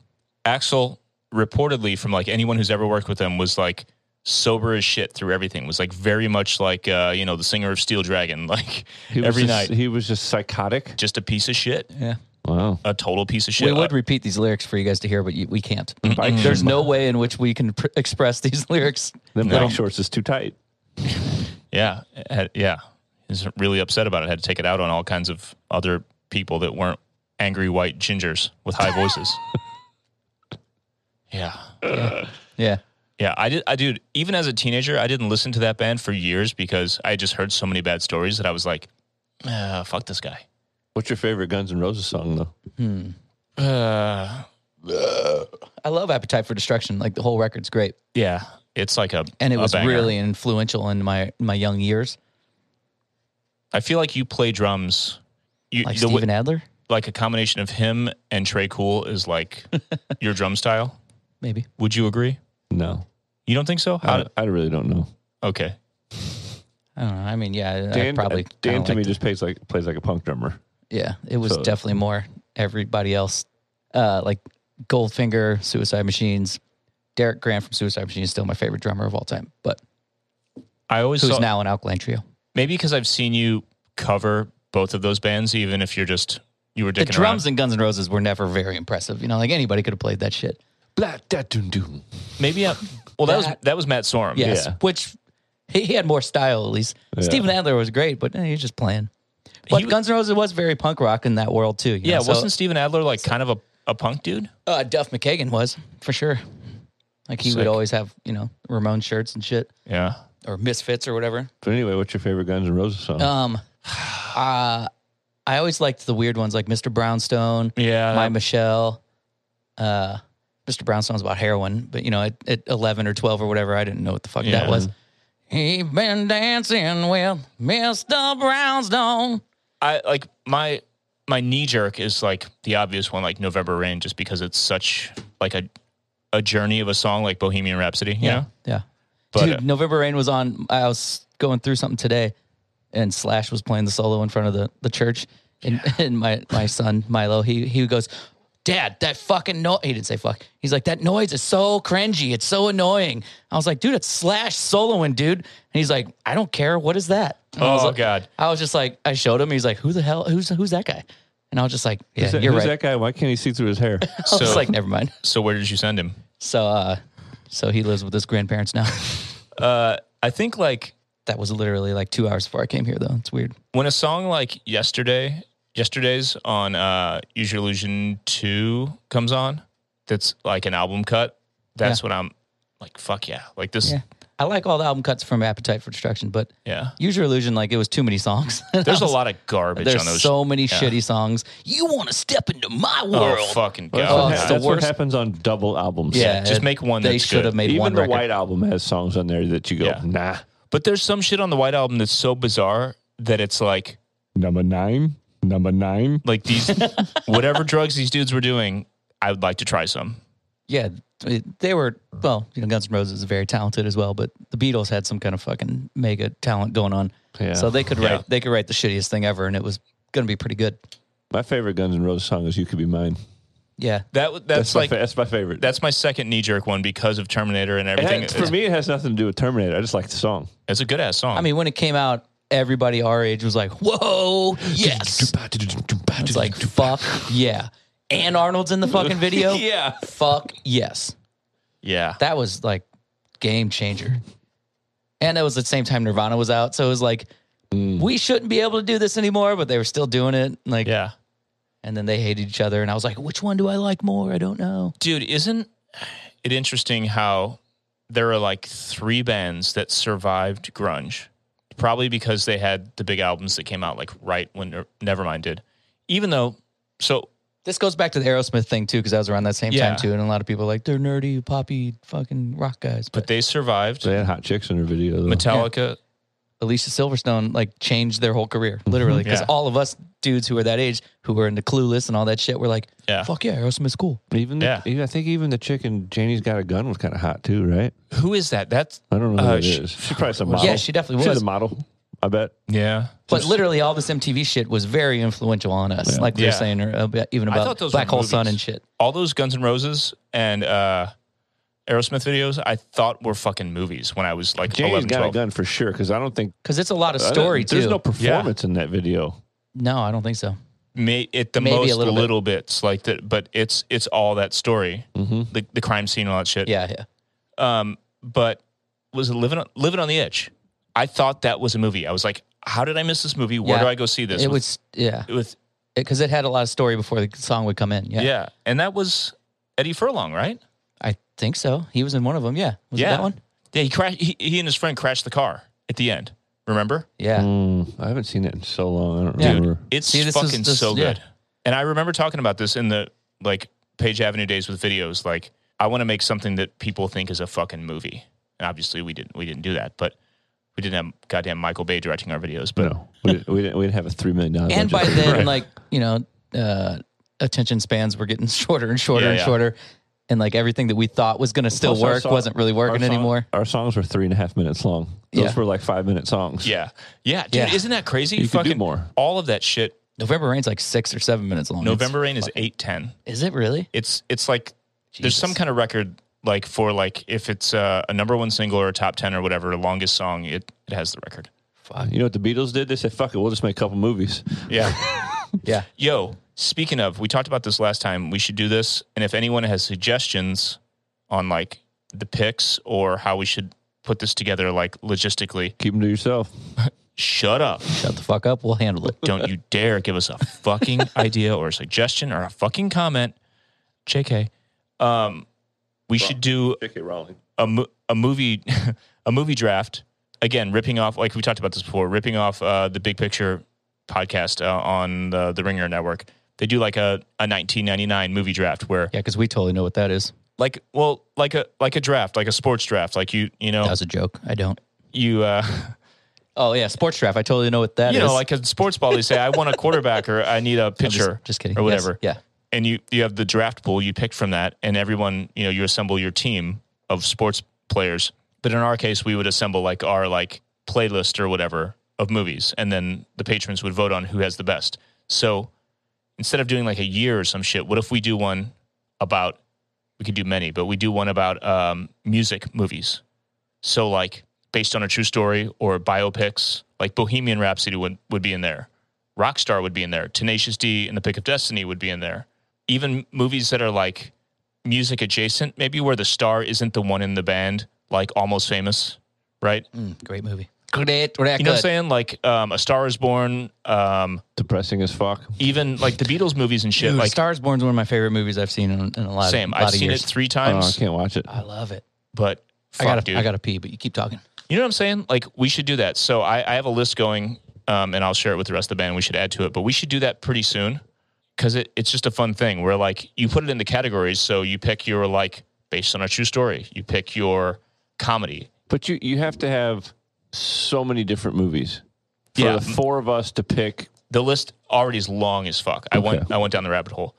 S1: Axel reportedly from like anyone who's ever worked with him was like sober as shit through everything. Was like very much like uh, you know, the singer of Steel Dragon, like
S4: He was
S1: every
S4: just,
S1: night.
S4: he was just psychotic.
S1: Just a piece of shit.
S3: Yeah.
S4: Wow.
S1: A total piece of shit.
S3: We would
S1: Uh,
S3: repeat these lyrics for you guys to hear, but you, we can't.
S4: Bike
S3: There's
S4: shorts-
S3: no way in which we can pr- express these lyrics.
S4: Them
S1: No.
S4: bike shorts is too tight.
S1: yeah. had- yeah. He's really upset about it. Had to take it out on all kinds of other people that weren't angry white gingers with high voices. yeah.
S3: Yeah.
S1: Yeah, I did. I dude, even as a teenager, I didn't listen to that band for years because I just heard so many bad stories that I was like, uh, "Fuck this guy."
S4: What's your favorite Guns N' Roses song though?
S1: Uh,
S3: I love Appetite for Destruction. Like the whole record's great.
S1: yeah, it's like a
S3: And it
S1: a
S3: was
S1: banger.
S3: really influential in my, my young years.
S1: I feel like you play drums. You,
S3: Like
S1: the way-
S3: Steven Adler,
S1: like a combination of him and Trey Cool is like your drum style.
S3: maybe.
S1: Would you agree?
S4: No,
S1: You don't think so?
S4: I,
S3: Uh,
S1: How,
S4: I really don't know.
S1: okay.
S3: I don't know. I mean, yeah, I- I
S4: Dan uh,
S3: probably.
S4: Dan
S3: kinda
S4: to me
S3: liked it.
S4: just plays like plays like a punk drummer.
S3: Yeah, it was
S4: so-
S3: definitely more everybody else. Uh, like Goldfinger, Suicide Machines. Derek Grant from Suicide Machines is still my favorite drummer of all time, but
S1: I always
S3: who's
S1: saw,
S3: now an Alkaline Trio.
S1: maybe because I've seen you cover both of those bands, even if you're just you were
S3: the
S1: dicking
S3: drums in Guns N' Roses were never very impressive. You know, like anybody could have played that shit.
S4: Blah, da, doom, doom.
S1: around. Maybe I, well that, was
S3: That-
S1: that was Matt Sorum.
S3: Yes,
S4: Yeah.
S3: which he, he had more style at least.
S4: Yeah.
S3: Steven Adler was great, but eh, he was just playing. But
S1: He-
S3: Guns N' Roses was very punk rock in that world too. you
S1: Yeah,
S3: know, so,
S1: wasn't Steven Adler like kind of a, a punk dude?
S3: uh, Duff McKagan was for sure. Like he
S1: Sick.
S3: would always have you know Ramon shirts and shit
S1: Yeah.
S3: or Misfits or whatever.
S4: But anyway, what's your favorite Guns N' Roses song?
S3: Um, uh, I always liked the weird ones like Mr. Brownstone.
S1: Yeah.
S3: My Michelle. Uh, Mr. Brownstone's about heroin, but you know, at, at 11 or 12 or whatever, I didn't know what the fuck
S1: Yeah.
S3: that was. He been dancing with Mr. Brownstone.
S1: I like my my knee jerk is like the obvious one, like November Rain, just because it's such like a a journey of a song like Bohemian Rhapsody. You know?
S3: Yeah.
S1: But,
S3: Dude,
S1: uh,
S3: November Rain was on. I was going through something today, and Slash was playing the solo in front of the, the church. And, and my, my son, Milo, he, he goes, Dad, that fucking noise. He didn't say fuck. He's like, That noise is so cringy. It's so annoying. I was like, Dude, it's Slash soloing, dude. And he's like, I don't care. What is that? And I was
S1: Oh,
S3: like-
S1: God.
S3: I was just like, I showed him. He's like, Who the hell? Who's, who's that guy? And I was just like, Yeah,
S4: Who's that-
S3: you're
S4: who's
S3: right.
S4: that guy? Why can't he see through his hair?
S3: I was
S1: So-
S3: like, Never mind.
S1: So where did you send him?
S3: So, uh, so he lives with his grandparents now.
S1: Uh, I think like
S3: that was literally like two hours before I came here, though. It's weird.
S1: when a song like yesterday, yesterday's on uh Use Your Illusion two comes on, that's like an album cut. That's when I'm like, fuck yeah, like this.
S3: Yeah. I like all the album cuts from Appetite for Destruction, but
S1: yeah.
S3: Use Your Illusion, like it was too many songs.
S1: There's a lot of garbage on
S3: There's
S1: those.
S3: so many shitty songs. You want to step into my world.
S1: oh fucking
S4: That's,
S1: god!
S4: what,
S3: Oh, it's
S4: hap-
S3: the
S4: that's what
S3: worst.
S4: happens on double albums.
S3: Yeah,
S1: Just make one
S3: They
S1: that's
S3: should have
S1: good.
S3: made
S4: Even
S3: one
S4: the
S3: record.
S4: White album has songs on there that you go,
S1: Yeah.
S4: nah.
S1: But there's some shit on the White Album that's so bizarre that it's like,
S4: Number nine, number nine.
S1: like these, whatever drugs these dudes were doing, I would like to try some.
S3: Yeah, it- they were. Well, you know, Guns N' Roses is very talented as well, but the Beatles had some kind of fucking mega talent going on.
S4: Yeah.
S3: So they could write.
S1: Yeah.
S3: They could write the shittiest thing ever, and it was going to be pretty good.
S4: My favorite Guns N' Roses song is "You Could Be Mine."
S3: Yeah.
S1: That that's,
S4: That's, my
S1: like
S4: fa- that's my favorite.
S1: that's my second knee jerk one because of Terminator and
S4: It
S1: everything.
S4: had- for me, it has nothing to do with Terminator. I just like the song.
S1: it's a good ass song.
S3: I mean, when it came out, everybody our age was like, "Whoa, yes!" It's like, "Fuck yeah!" And Arnold's in the fucking video.
S4: yeah.
S3: Fuck yes.
S1: Yeah.
S3: That was like game changer. And that was at the same time Nirvana was out, so it was like we shouldn't be able to do this anymore, but they were still doing it. Like,
S1: Mm. Yeah.
S3: and then they hated each other, and I was like, which one do I like more? I don't know.
S1: Dude, isn't it interesting how there are like three bands that survived grunge? Probably because they had the big albums that came out like right when er, Nir- Nevermind did. Even though, so
S3: This goes back to the Aerosmith thing too, because I was around that same
S1: Yeah.
S3: time too, and a lot of people were like they're nerdy, poppy, fucking rock guys.
S1: but
S3: But
S1: they survived.
S4: They had hot chicks in her video. Though.
S1: Metallica,
S3: Alicia Silverstone like changed their whole career, literally, because
S1: Mm-hmm. Yeah.
S3: all of us dudes who were that age, who were into Clueless and all that shit, were like,
S1: Yeah.
S3: fuck yeah, Aerosmith's cool.
S4: Even the,
S1: Yeah.
S4: even- I think even the chicken Janie's got a gun was kind of hot too, right?
S1: who is that? That's
S4: I don't know who
S1: Uh,
S4: it
S1: sh-
S4: is. She's probably some model.
S3: Yeah, she definitely
S4: She's
S3: was.
S4: a model. I bet.
S1: yeah.
S3: But literally, all this MTV shit was very influential on us. Like we were
S1: Yeah.
S3: saying, or about, even
S1: I
S3: about
S1: thought those
S3: Black
S1: were
S3: Hole Sun
S1: movies.
S3: and shit.
S1: all those Guns N' Roses and uh, Aerosmith videos, I thought were fucking movies when I was like
S4: Janie's
S1: 11,
S4: got
S1: 12.
S4: a gun for sure because I don't think
S3: Because it's a lot of
S4: I don't-
S3: story
S4: There's
S3: too.
S4: no
S3: No,
S4: performance in that video.
S3: I don't think so.
S1: May, at the
S3: Maybe a
S1: most
S3: little
S1: little,
S3: bit.
S1: bits like that, but it's it's all that story,
S4: Mm-hmm.
S1: the, the crime scene, and all that shit.
S3: Yeah, yeah.
S1: Um, but was it living on, living on the edge? I thought that was a movie. I was like, how did I miss this movie? Where
S3: Yeah.
S1: do I go see this?
S3: it
S1: with,
S3: was yeah,
S1: with
S3: because it, had a lot of story before the song would come in. Yeah,
S1: yeah. and that was Eddie Furlong, right?
S3: I think so. He was in one of them. Yeah, was
S1: yeah,
S3: it that one?
S1: Yeah, he crashed. He, he and his friend crashed the car at the end. Remember?
S3: Yeah,
S4: Mm, I haven't seen it in so long. I don't
S3: Yeah.
S4: remember.
S1: It's
S3: See, this is-
S1: fucking
S3: this-
S1: so
S3: yeah.
S1: good. And I remember talking about this in the like Page Avenue days with videos. Like, I want to make something that people think is a fucking movie. And obviously, we didn't we didn't do that, but we didn't have goddamn Michael Bay directing our videos. But
S4: no, we didn't, we didn't. We didn't have a three million dollar.
S3: and by
S4: budget.
S3: then,
S1: Right.
S3: like you know, uh, attention spans were getting shorter and shorter
S1: Yeah,
S3: and
S1: yeah.
S3: shorter, and like everything that we thought was gonna still
S4: Plus, our
S3: work
S4: song-
S3: wasn't really
S4: our
S3: working
S4: song-
S3: anymore.
S4: Our songs were three and a half minutes long. Those
S3: Yeah.
S4: were like five minute songs.
S1: yeah, yeah, dude,
S3: Yeah.
S1: isn't that crazy?
S4: You could do
S1: fucking
S4: more.
S1: All of that shit.
S3: November Rain's like six or seven minutes long. It's-
S1: November Rain is eight ten.
S3: is it really?
S1: It's it's like there's some
S3: Jesus.
S1: kind of record like for like if it's uh, a number one single or a top ten or whatever, longest song, it it has the record.
S4: You know what the Beatles did? They said, "Fuck it, we'll just make a couple movies."
S1: Yeah.
S3: Yeah.
S1: Yo, speaking of, we talked about this last time. We should do this. And if anyone has suggestions on like the picks or how we should put this together, like logistically,
S4: Keep them to yourself.
S1: shut up.
S3: Shut the fuck up. We'll handle it.
S1: Don't you dare give us a fucking idea or a suggestion or a fucking comment. JK. Um, we should do
S4: J.K. Rowling.
S1: a, mo- a movie a movie draft again ripping off like we talked about this before ripping off uh, the big picture podcast uh, on the, the ringer network they do like a, a 1999 movie draft where
S3: Yeah, because we totally know what that is.
S1: like well like a like a draft like a sports draft like you you know
S3: That was a joke. I don't.
S1: you uh
S3: Oh yeah, sports draft. I totally know what that is.
S1: you know like in sports ball they say i want a quarterback or i need a
S3: I'm just-
S1: pitcher
S3: Just, kidding.
S1: or
S3: Yes.
S1: whatever
S3: Yeah.
S1: and you you have the draft pool you pick from that and everyone you know you assemble your team of sports players but in our case we would assemble like our like playlist or whatever of movies and then the patrons would vote on who has the best so instead of doing like a year or some shit what if we do one about we could do many but we do one about um, music movies so like based on a true story or biopics like bohemian rhapsody would, would be in there rockstar would be in there tenacious d and the pick of destiny would be in there even movies that are like music adjacent maybe where the star isn't the one in the band like almost famous right
S3: Mm, great movie. Great. We're
S1: you know what i'm saying like um, a star is born um,
S4: Depressing as fuck.
S1: even like the beatles movies and shit like
S3: Stars Born's one of my favorite movies I've seen in, in a lot.
S1: same
S3: Of, lot
S1: i've
S3: of
S1: seen
S3: years.
S1: it three
S4: Oh, I
S1: times
S4: can't watch it.
S3: I love it.
S1: but fuck,
S3: I gotta.
S1: dude.
S3: I gotta pee, but you keep talking.
S1: You know what I'm saying? Like we should do that. So I, I have a list going, um, and I'll share it with the rest of the band. We should add to it, but we should do that pretty soon because it, it's just a fun thing where like you put it in the categories. So you pick your like based on a true story. You pick your comedy.
S4: But you you have to have so many different movies for
S1: Yeah.
S4: the four of us to pick.
S1: The list already is long as fuck. I went
S4: Okay.
S1: I went down the rabbit hole,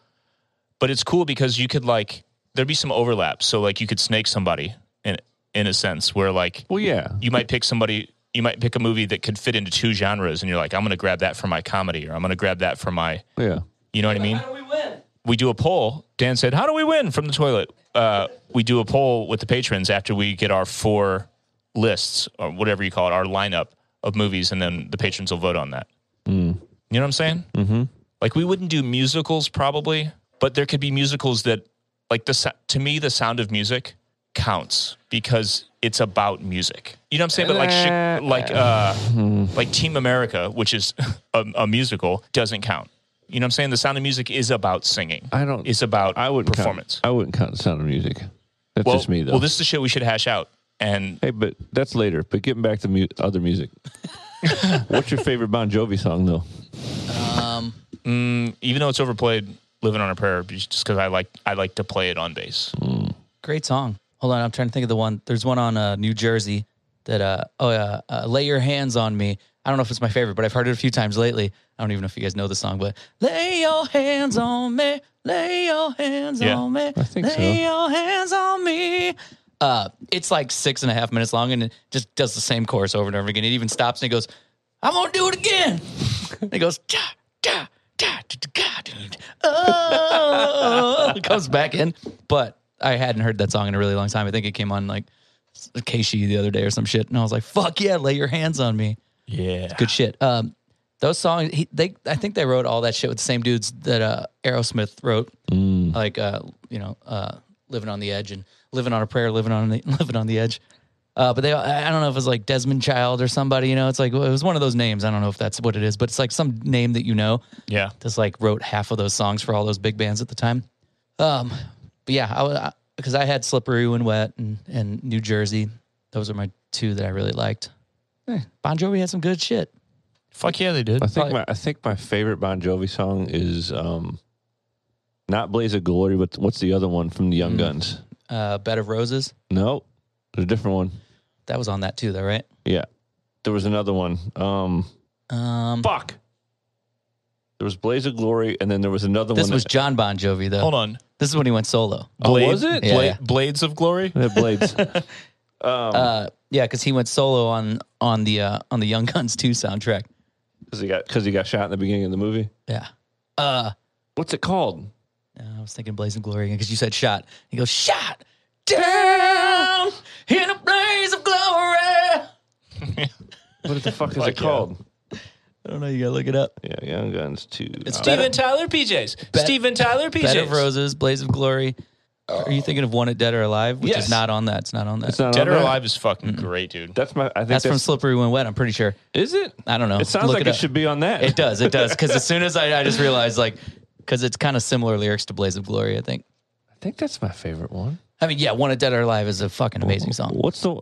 S1: but it's cool because you could like there'd be some overlap. So like you could snake somebody in in a sense where like
S4: Well, yeah,
S1: you might pick somebody you might pick a movie that could fit into two genres and you're like i'm going to grab that for my comedy or i'm going to grab that for my
S4: yeah.
S1: you know what i mean how do we win we do a poll dan said how do we win from the toilet uh, we do a poll with the patrons after we get our four lists or whatever you call it our lineup of movies, and then the patrons will vote on that. You know what I'm saying?
S4: Mm-hmm.
S1: Like we wouldn't do musicals probably, but there could be musicals that, like the sou- to me, the Sound of Music counts because it's about music. You know what I'm saying? But like Chi- like uh, like Team America, which is a, a musical, doesn't count. You know what I'm saying? The Sound of Music is about singing.
S4: I don't-
S1: It's about
S4: I wouldn't
S1: performance.
S4: Count, I wouldn't count the sound of music. That's
S1: well,
S4: just me though.
S1: well, this is the shit we should hash out. And
S4: hey, but that's later. But getting back to mu- other music. What's your favorite Bon Jovi song though?
S3: Um,
S1: even though it's overplayed, "Living on a Prayer," just because I like I like to play it on bass.
S4: Mm.
S3: great song. Hold on, I'm trying to think of the one. There's one on uh, New Jersey that uh, oh yeah, uh, lay your hands on me. I don't know if it's my favorite, but I've heard it a few times lately. I don't even know if you guys know the song, but lay your hands on me, lay your hands
S1: Yeah,
S3: on me,
S4: I think
S3: lay
S4: so.
S3: your hands on me. Uh, it's like six and a half minutes long, and it just does the same chorus over and over again. It even stops and it goes, "I'm gonna do it again." and it goes, "Da da da da da da." da, Oh, it comes back in. But I hadn't heard that song in a really long time. I think it came on like Keishi the other day or some shit, and I was like, "Fuck yeah, lay your hands on me."
S1: Yeah.
S3: Good shit. Um, those songs, he, they I think they wrote all that shit with the same dudes that uh, Aerosmith wrote, like uh, you know, uh, living on the edge and living on a prayer, living on the living on the edge. Uh, but they, I I don't know if it was like Desmond Child or somebody, you know, it's like, well, it was one of those names. I don't know if that's what it is, but it's like some name that you know
S1: Yeah.
S3: just like wrote half of those songs for all those big bands at the time. Um, but yeah, I was because I had Slippery When Wet and, and New Jersey. Those are my two that I really liked. Eh, Bon Jovi had some good shit.
S1: Fuck yeah, they did.
S4: I think
S3: Probably-
S4: my I think my favorite Bon Jovi song is um, not Blaze of Glory, but what's the other one from the
S3: Hmm.
S4: Young Guns?
S3: Uh, Bed of Roses.
S4: No, there's a different one.
S3: That was on that too, though, right?
S4: Yeah, there was another one. Um,
S3: Um,
S4: fuck. There was Blaze of Glory, and then there was another
S3: this
S4: one.
S3: was
S4: that-
S3: John Bon Jovi, though.
S1: Hold on.
S3: This is when he went solo.
S4: Oh, was it?
S1: Bla-
S3: Yeah.
S1: Blades of Glory?
S4: that Blades.
S3: Uh, yeah, because he went solo on on the uh, on the Young Guns two soundtrack.
S4: Because he got because he got shot in the beginning of the movie.
S3: Yeah. Uh,
S4: What's it called?
S3: Uh, I was thinking Blazing Glory again because you said shot. He goes, shot down in a blaze of glory. I
S4: What the fuck
S1: Fuck
S4: is it
S1: yeah.
S4: called?
S3: don't know. You got to look it up.
S4: Yeah, Young Guns Two.
S3: It's
S4: Uh,
S3: Bed,
S1: Tyler PJs.
S3: Bet-
S1: Steven Tyler
S3: Bed of Roses, Blaze of Glory. Are you thinking of One at Dead or Alive? Which
S4: Yes.
S3: is not on that. It's not on that.
S4: It's not
S1: Dead
S4: on
S1: or
S4: that.
S1: Alive is fucking great, dude.
S4: That's my. I think
S3: that's,
S4: that's,
S3: from Slippery When Wet, I'm pretty sure.
S4: Is it?
S3: I don't know.
S4: It sounds
S3: Look
S4: like it,
S3: up.
S4: should be on that.
S3: It does. It does. Because as soon as I, I just realized, like, because it's kind of similar lyrics to Blaze of Glory, I think.
S4: I think that's my favorite one.
S3: I mean, yeah, One at Dead or Alive is a fucking amazing song.
S4: What's the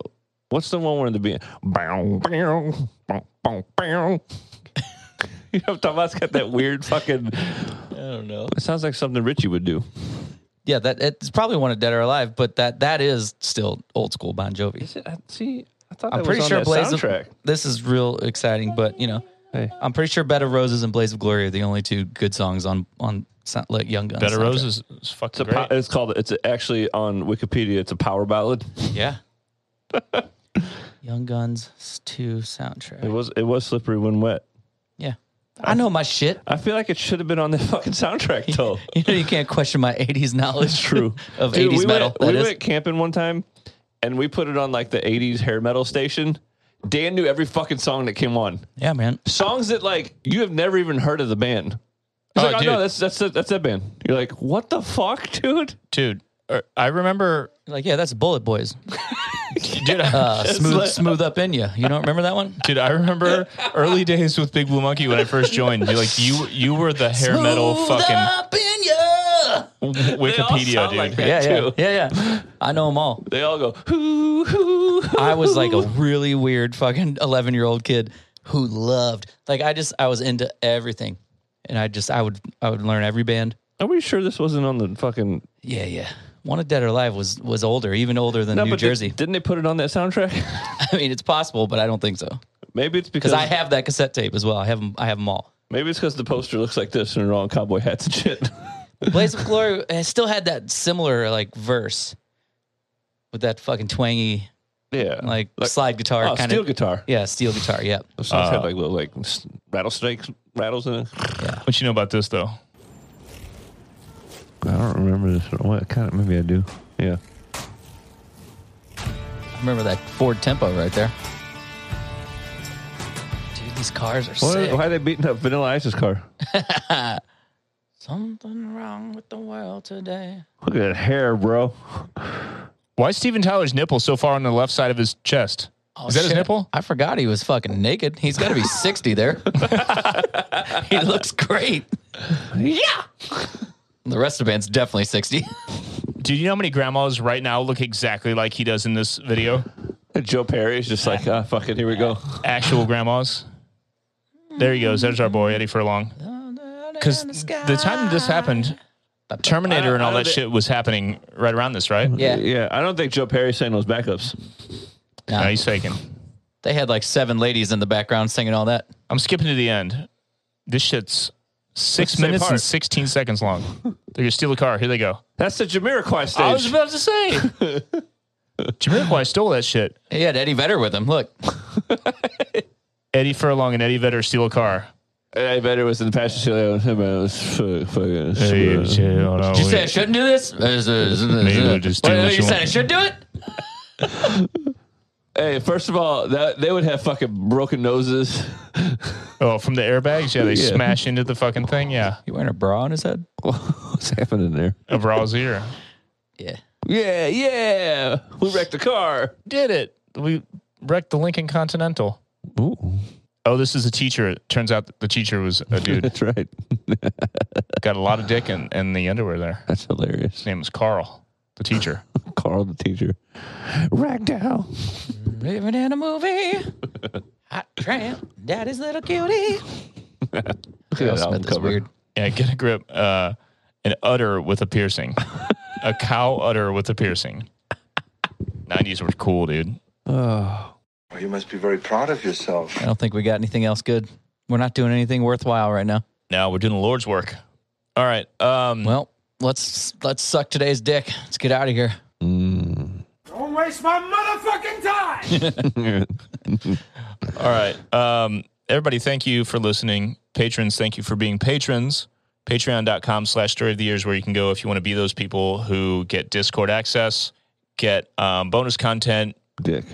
S4: What's the one where the being? Bow, bow, bow, bow, bow. you know, Tomas got that weird fucking.
S3: I don't know.
S4: It sounds like something Richie would do.
S3: Yeah, that it's probably one of Dead or Alive, but that that is still old school Bon Jovi.
S4: Is it? I- See, I thought
S3: I'm
S4: that
S3: pretty
S4: was on
S3: sure
S4: that
S3: Blaze
S4: soundtrack.
S3: of this is real exciting, but you know,
S4: Hey.
S3: I'm pretty sure Bed of Roses and Blaze of Glory are the only two good songs on on so- like Young Guns.
S1: Bed of
S3: soundtrack.
S1: Roses is fucking
S4: It's, a po-
S1: great.
S4: it's called. It's actually on Wikipedia. It's a power ballad.
S3: yeah. Young Guns two
S4: It
S3: soundtrack.
S4: was. It was slippery when wet.
S3: Yeah, I know my shit.
S4: I feel like it should have been on the fucking soundtrack though.
S3: You know, you can't question my '80s knowledge.
S4: True.
S3: of
S4: Dude,
S3: 80s
S4: we
S3: metal.
S4: Went,
S3: that
S4: we
S3: is.
S4: went camping one time, and we put it on like the '80s hair metal station. Dan knew every fucking song that came on.
S3: yeah, man.
S4: songs that like you have never even heard of the band.
S1: Oh,
S4: It's like, oh no,
S1: dude.
S4: that's that's that- that's that band. You're like, what the fuck, dude?
S1: Dude, er, I remember
S3: Like, yeah, that's Bullet Boys.
S1: dude, I-
S3: Uh, smooth, smooth up in you. You don't remember that one?
S1: dude, I remember early days with Big Blue Monkey when I first joined. You're like you you were the hair metal
S3: Smooth
S1: fucking
S3: up in ya.
S1: Wikipedia,
S4: sound
S1: dude.
S4: like that.
S3: yeah,
S4: too.
S3: yeah, yeah, yeah. I know them all.
S4: They all go, hoo hoo.
S3: I was like a really weird fucking eleven year old kid who loved like I just I was into everything, and I just I would I would learn every band.
S4: Are we sure this wasn't on the fucking
S3: Yeah, yeah. One of Dead or Alive was was older, even older than
S4: No,
S3: New
S4: but did-
S3: Jersey.
S4: didn't they put it on that soundtrack?
S3: I mean, it's possible, but I don't think so
S4: maybe it's because
S3: because I have that cassette tape as well. I have them. I have them all.
S4: maybe it's because the poster looks like this and they're all in cowboy hats and shit.
S3: Blaze of Glory uh, still had that similar like verse with that fucking twangy
S4: yeah,
S3: like, slide guitar
S4: oh,
S3: kind
S4: steel
S3: of
S4: guitar.
S3: yeah steel guitar. Yep.
S4: Those songs
S1: Uh,
S4: have like little like s- rattlesnakes rattles in it.
S1: What you know about this though?
S4: I don't remember this. What kind of maybe I do? Yeah,
S3: Remember that Ford tempo right there. These cars are
S4: Why,
S3: sick.
S4: why are they beating up Vanilla Ice's car?
S3: Something wrong with the world today.
S4: Look at that hair, bro.
S1: Why is Steven Tyler's nipple so far on the left side of his chest?
S3: Oh,
S1: Is that his
S3: shit.
S1: nipple?
S3: I forgot he was fucking naked. He's got to be 60 there. he looks great. Yeah. The rest of the band's definitely 60.
S1: Do you know how many grandmas right now look exactly like he does in this video?
S4: Joe Perry's just like, ah, fucking, here we go.
S1: Actual grandmas. There he goes. There's our boy Eddie Furlong. Because the time this happened, Terminator and all
S4: I don't
S1: that
S4: thi-
S1: shit was happening right around this, right?
S3: Yeah.
S4: Yeah, I don't think Joe Perry's saying those backups.
S1: No, he's faking.
S3: They had like seven ladies in the background singing all that.
S1: I'm skipping to the end. This shit's six
S4: What's the same
S1: minutes and
S4: part?
S1: 16 seconds long. They're gonna steal a car. Here they go.
S4: That's the Jamiroquai
S1: I was
S4: stage.
S1: about to say. Jamiroquai stole that shit.
S3: He had Eddie Vedder with him. Look,
S1: Eddie Furlong and Eddie Vedder steal a car.
S4: I bet it was in the passenger seat. I was- I was- fuck- fucking-
S3: you said I shouldn't do this.
S1: we'll just do
S3: Wait,
S1: what
S3: you
S1: you
S3: said
S1: want.
S3: I should do it.
S4: Hey, first of all, that, they would have fucking broken noses.
S1: Oh, from the airbags? Yeah, they
S4: Yeah.
S1: smash into the fucking thing. Yeah.
S3: You wearing a bra on his head?
S4: What's happening there?
S1: A brawl's ear.
S3: Yeah.
S4: Yeah, yeah. We wrecked the car.
S1: Did it. We wrecked the Lincoln Continental.
S4: Ooh,
S1: Oh, this is a teacher. It turns out the teacher was a dude.
S4: that's right.
S1: Got a lot of dick in, in the underwear there.
S4: That's hilarious.
S1: His name was Carl, the teacher.
S4: Carl, the teacher. Ragdow.
S3: Living in a movie. Hot tramp. Daddy's little cutie.
S4: Look
S3: Will
S4: at that album
S3: Smith is
S4: cover.
S3: weird.
S1: Yeah, get a grip. Uh, an udder with a piercing. a cow udder with a piercing. 90s were cool, dude.
S4: Oh,
S5: Well, you must be very proud of yourself.
S3: I don't think we got anything else good. We're not doing anything worthwhile right now.
S1: Now we're doing the Lord's work. All right. Um,
S3: Well, let's let's suck today's dick. Let's get out of here.
S6: Don't waste my motherfucking time!
S1: All right. Um, everybody, thank you for listening. Patrons, thank you for being patrons. Patreon.com slash story of the years, where you can go if you want to be those people who get Discord access, get um, bonus content,
S4: dick.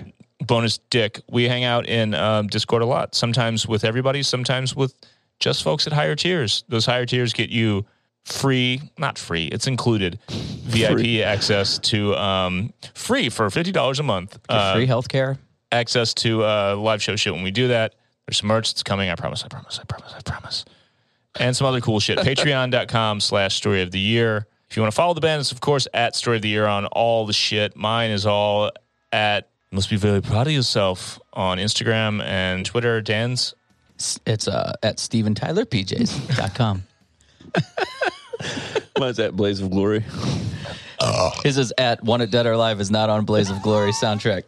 S1: bonus dick. We hang out in um, Discord a lot, sometimes with everybody, sometimes with just folks at higher tiers. Those higher tiers get you free, not free, it's included, VIP access to um, free for $50 a month. Uh,
S3: Free healthcare.
S1: access to uh, live show shit when we do that. There's some merch that's coming. I promise. I promise. I promise. I promise. And some other cool shit. Patreon.com slash story of the year. If you want to follow the band, it's of course at story of the year on all the shit. Mine is all at must be very proud of yourself on Instagram and Twitter. Dan's
S3: It's, it's uh, at StephenTylerPJs.com.
S4: Mine's that Blaze of Glory.
S3: His is at One at Dead or Alive is not on Blaze of Glory soundtrack.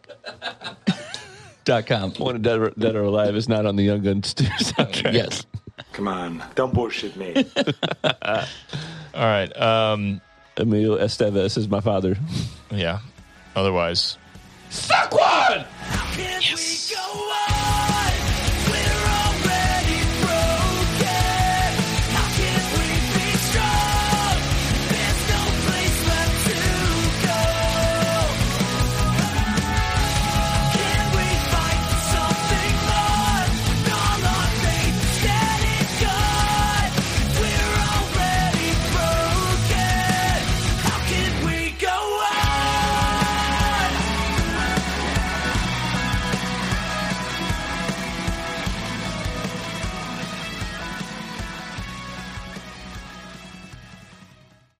S3: dot com.
S4: One of Dead or, Dead or Alive is not on the Young Guns soundtrack.
S3: Yes.
S6: Come on, don't bullshit me.
S1: all right. Um,
S4: Emilio Estevez is my father.
S1: yeah. Otherwise,
S6: Here we go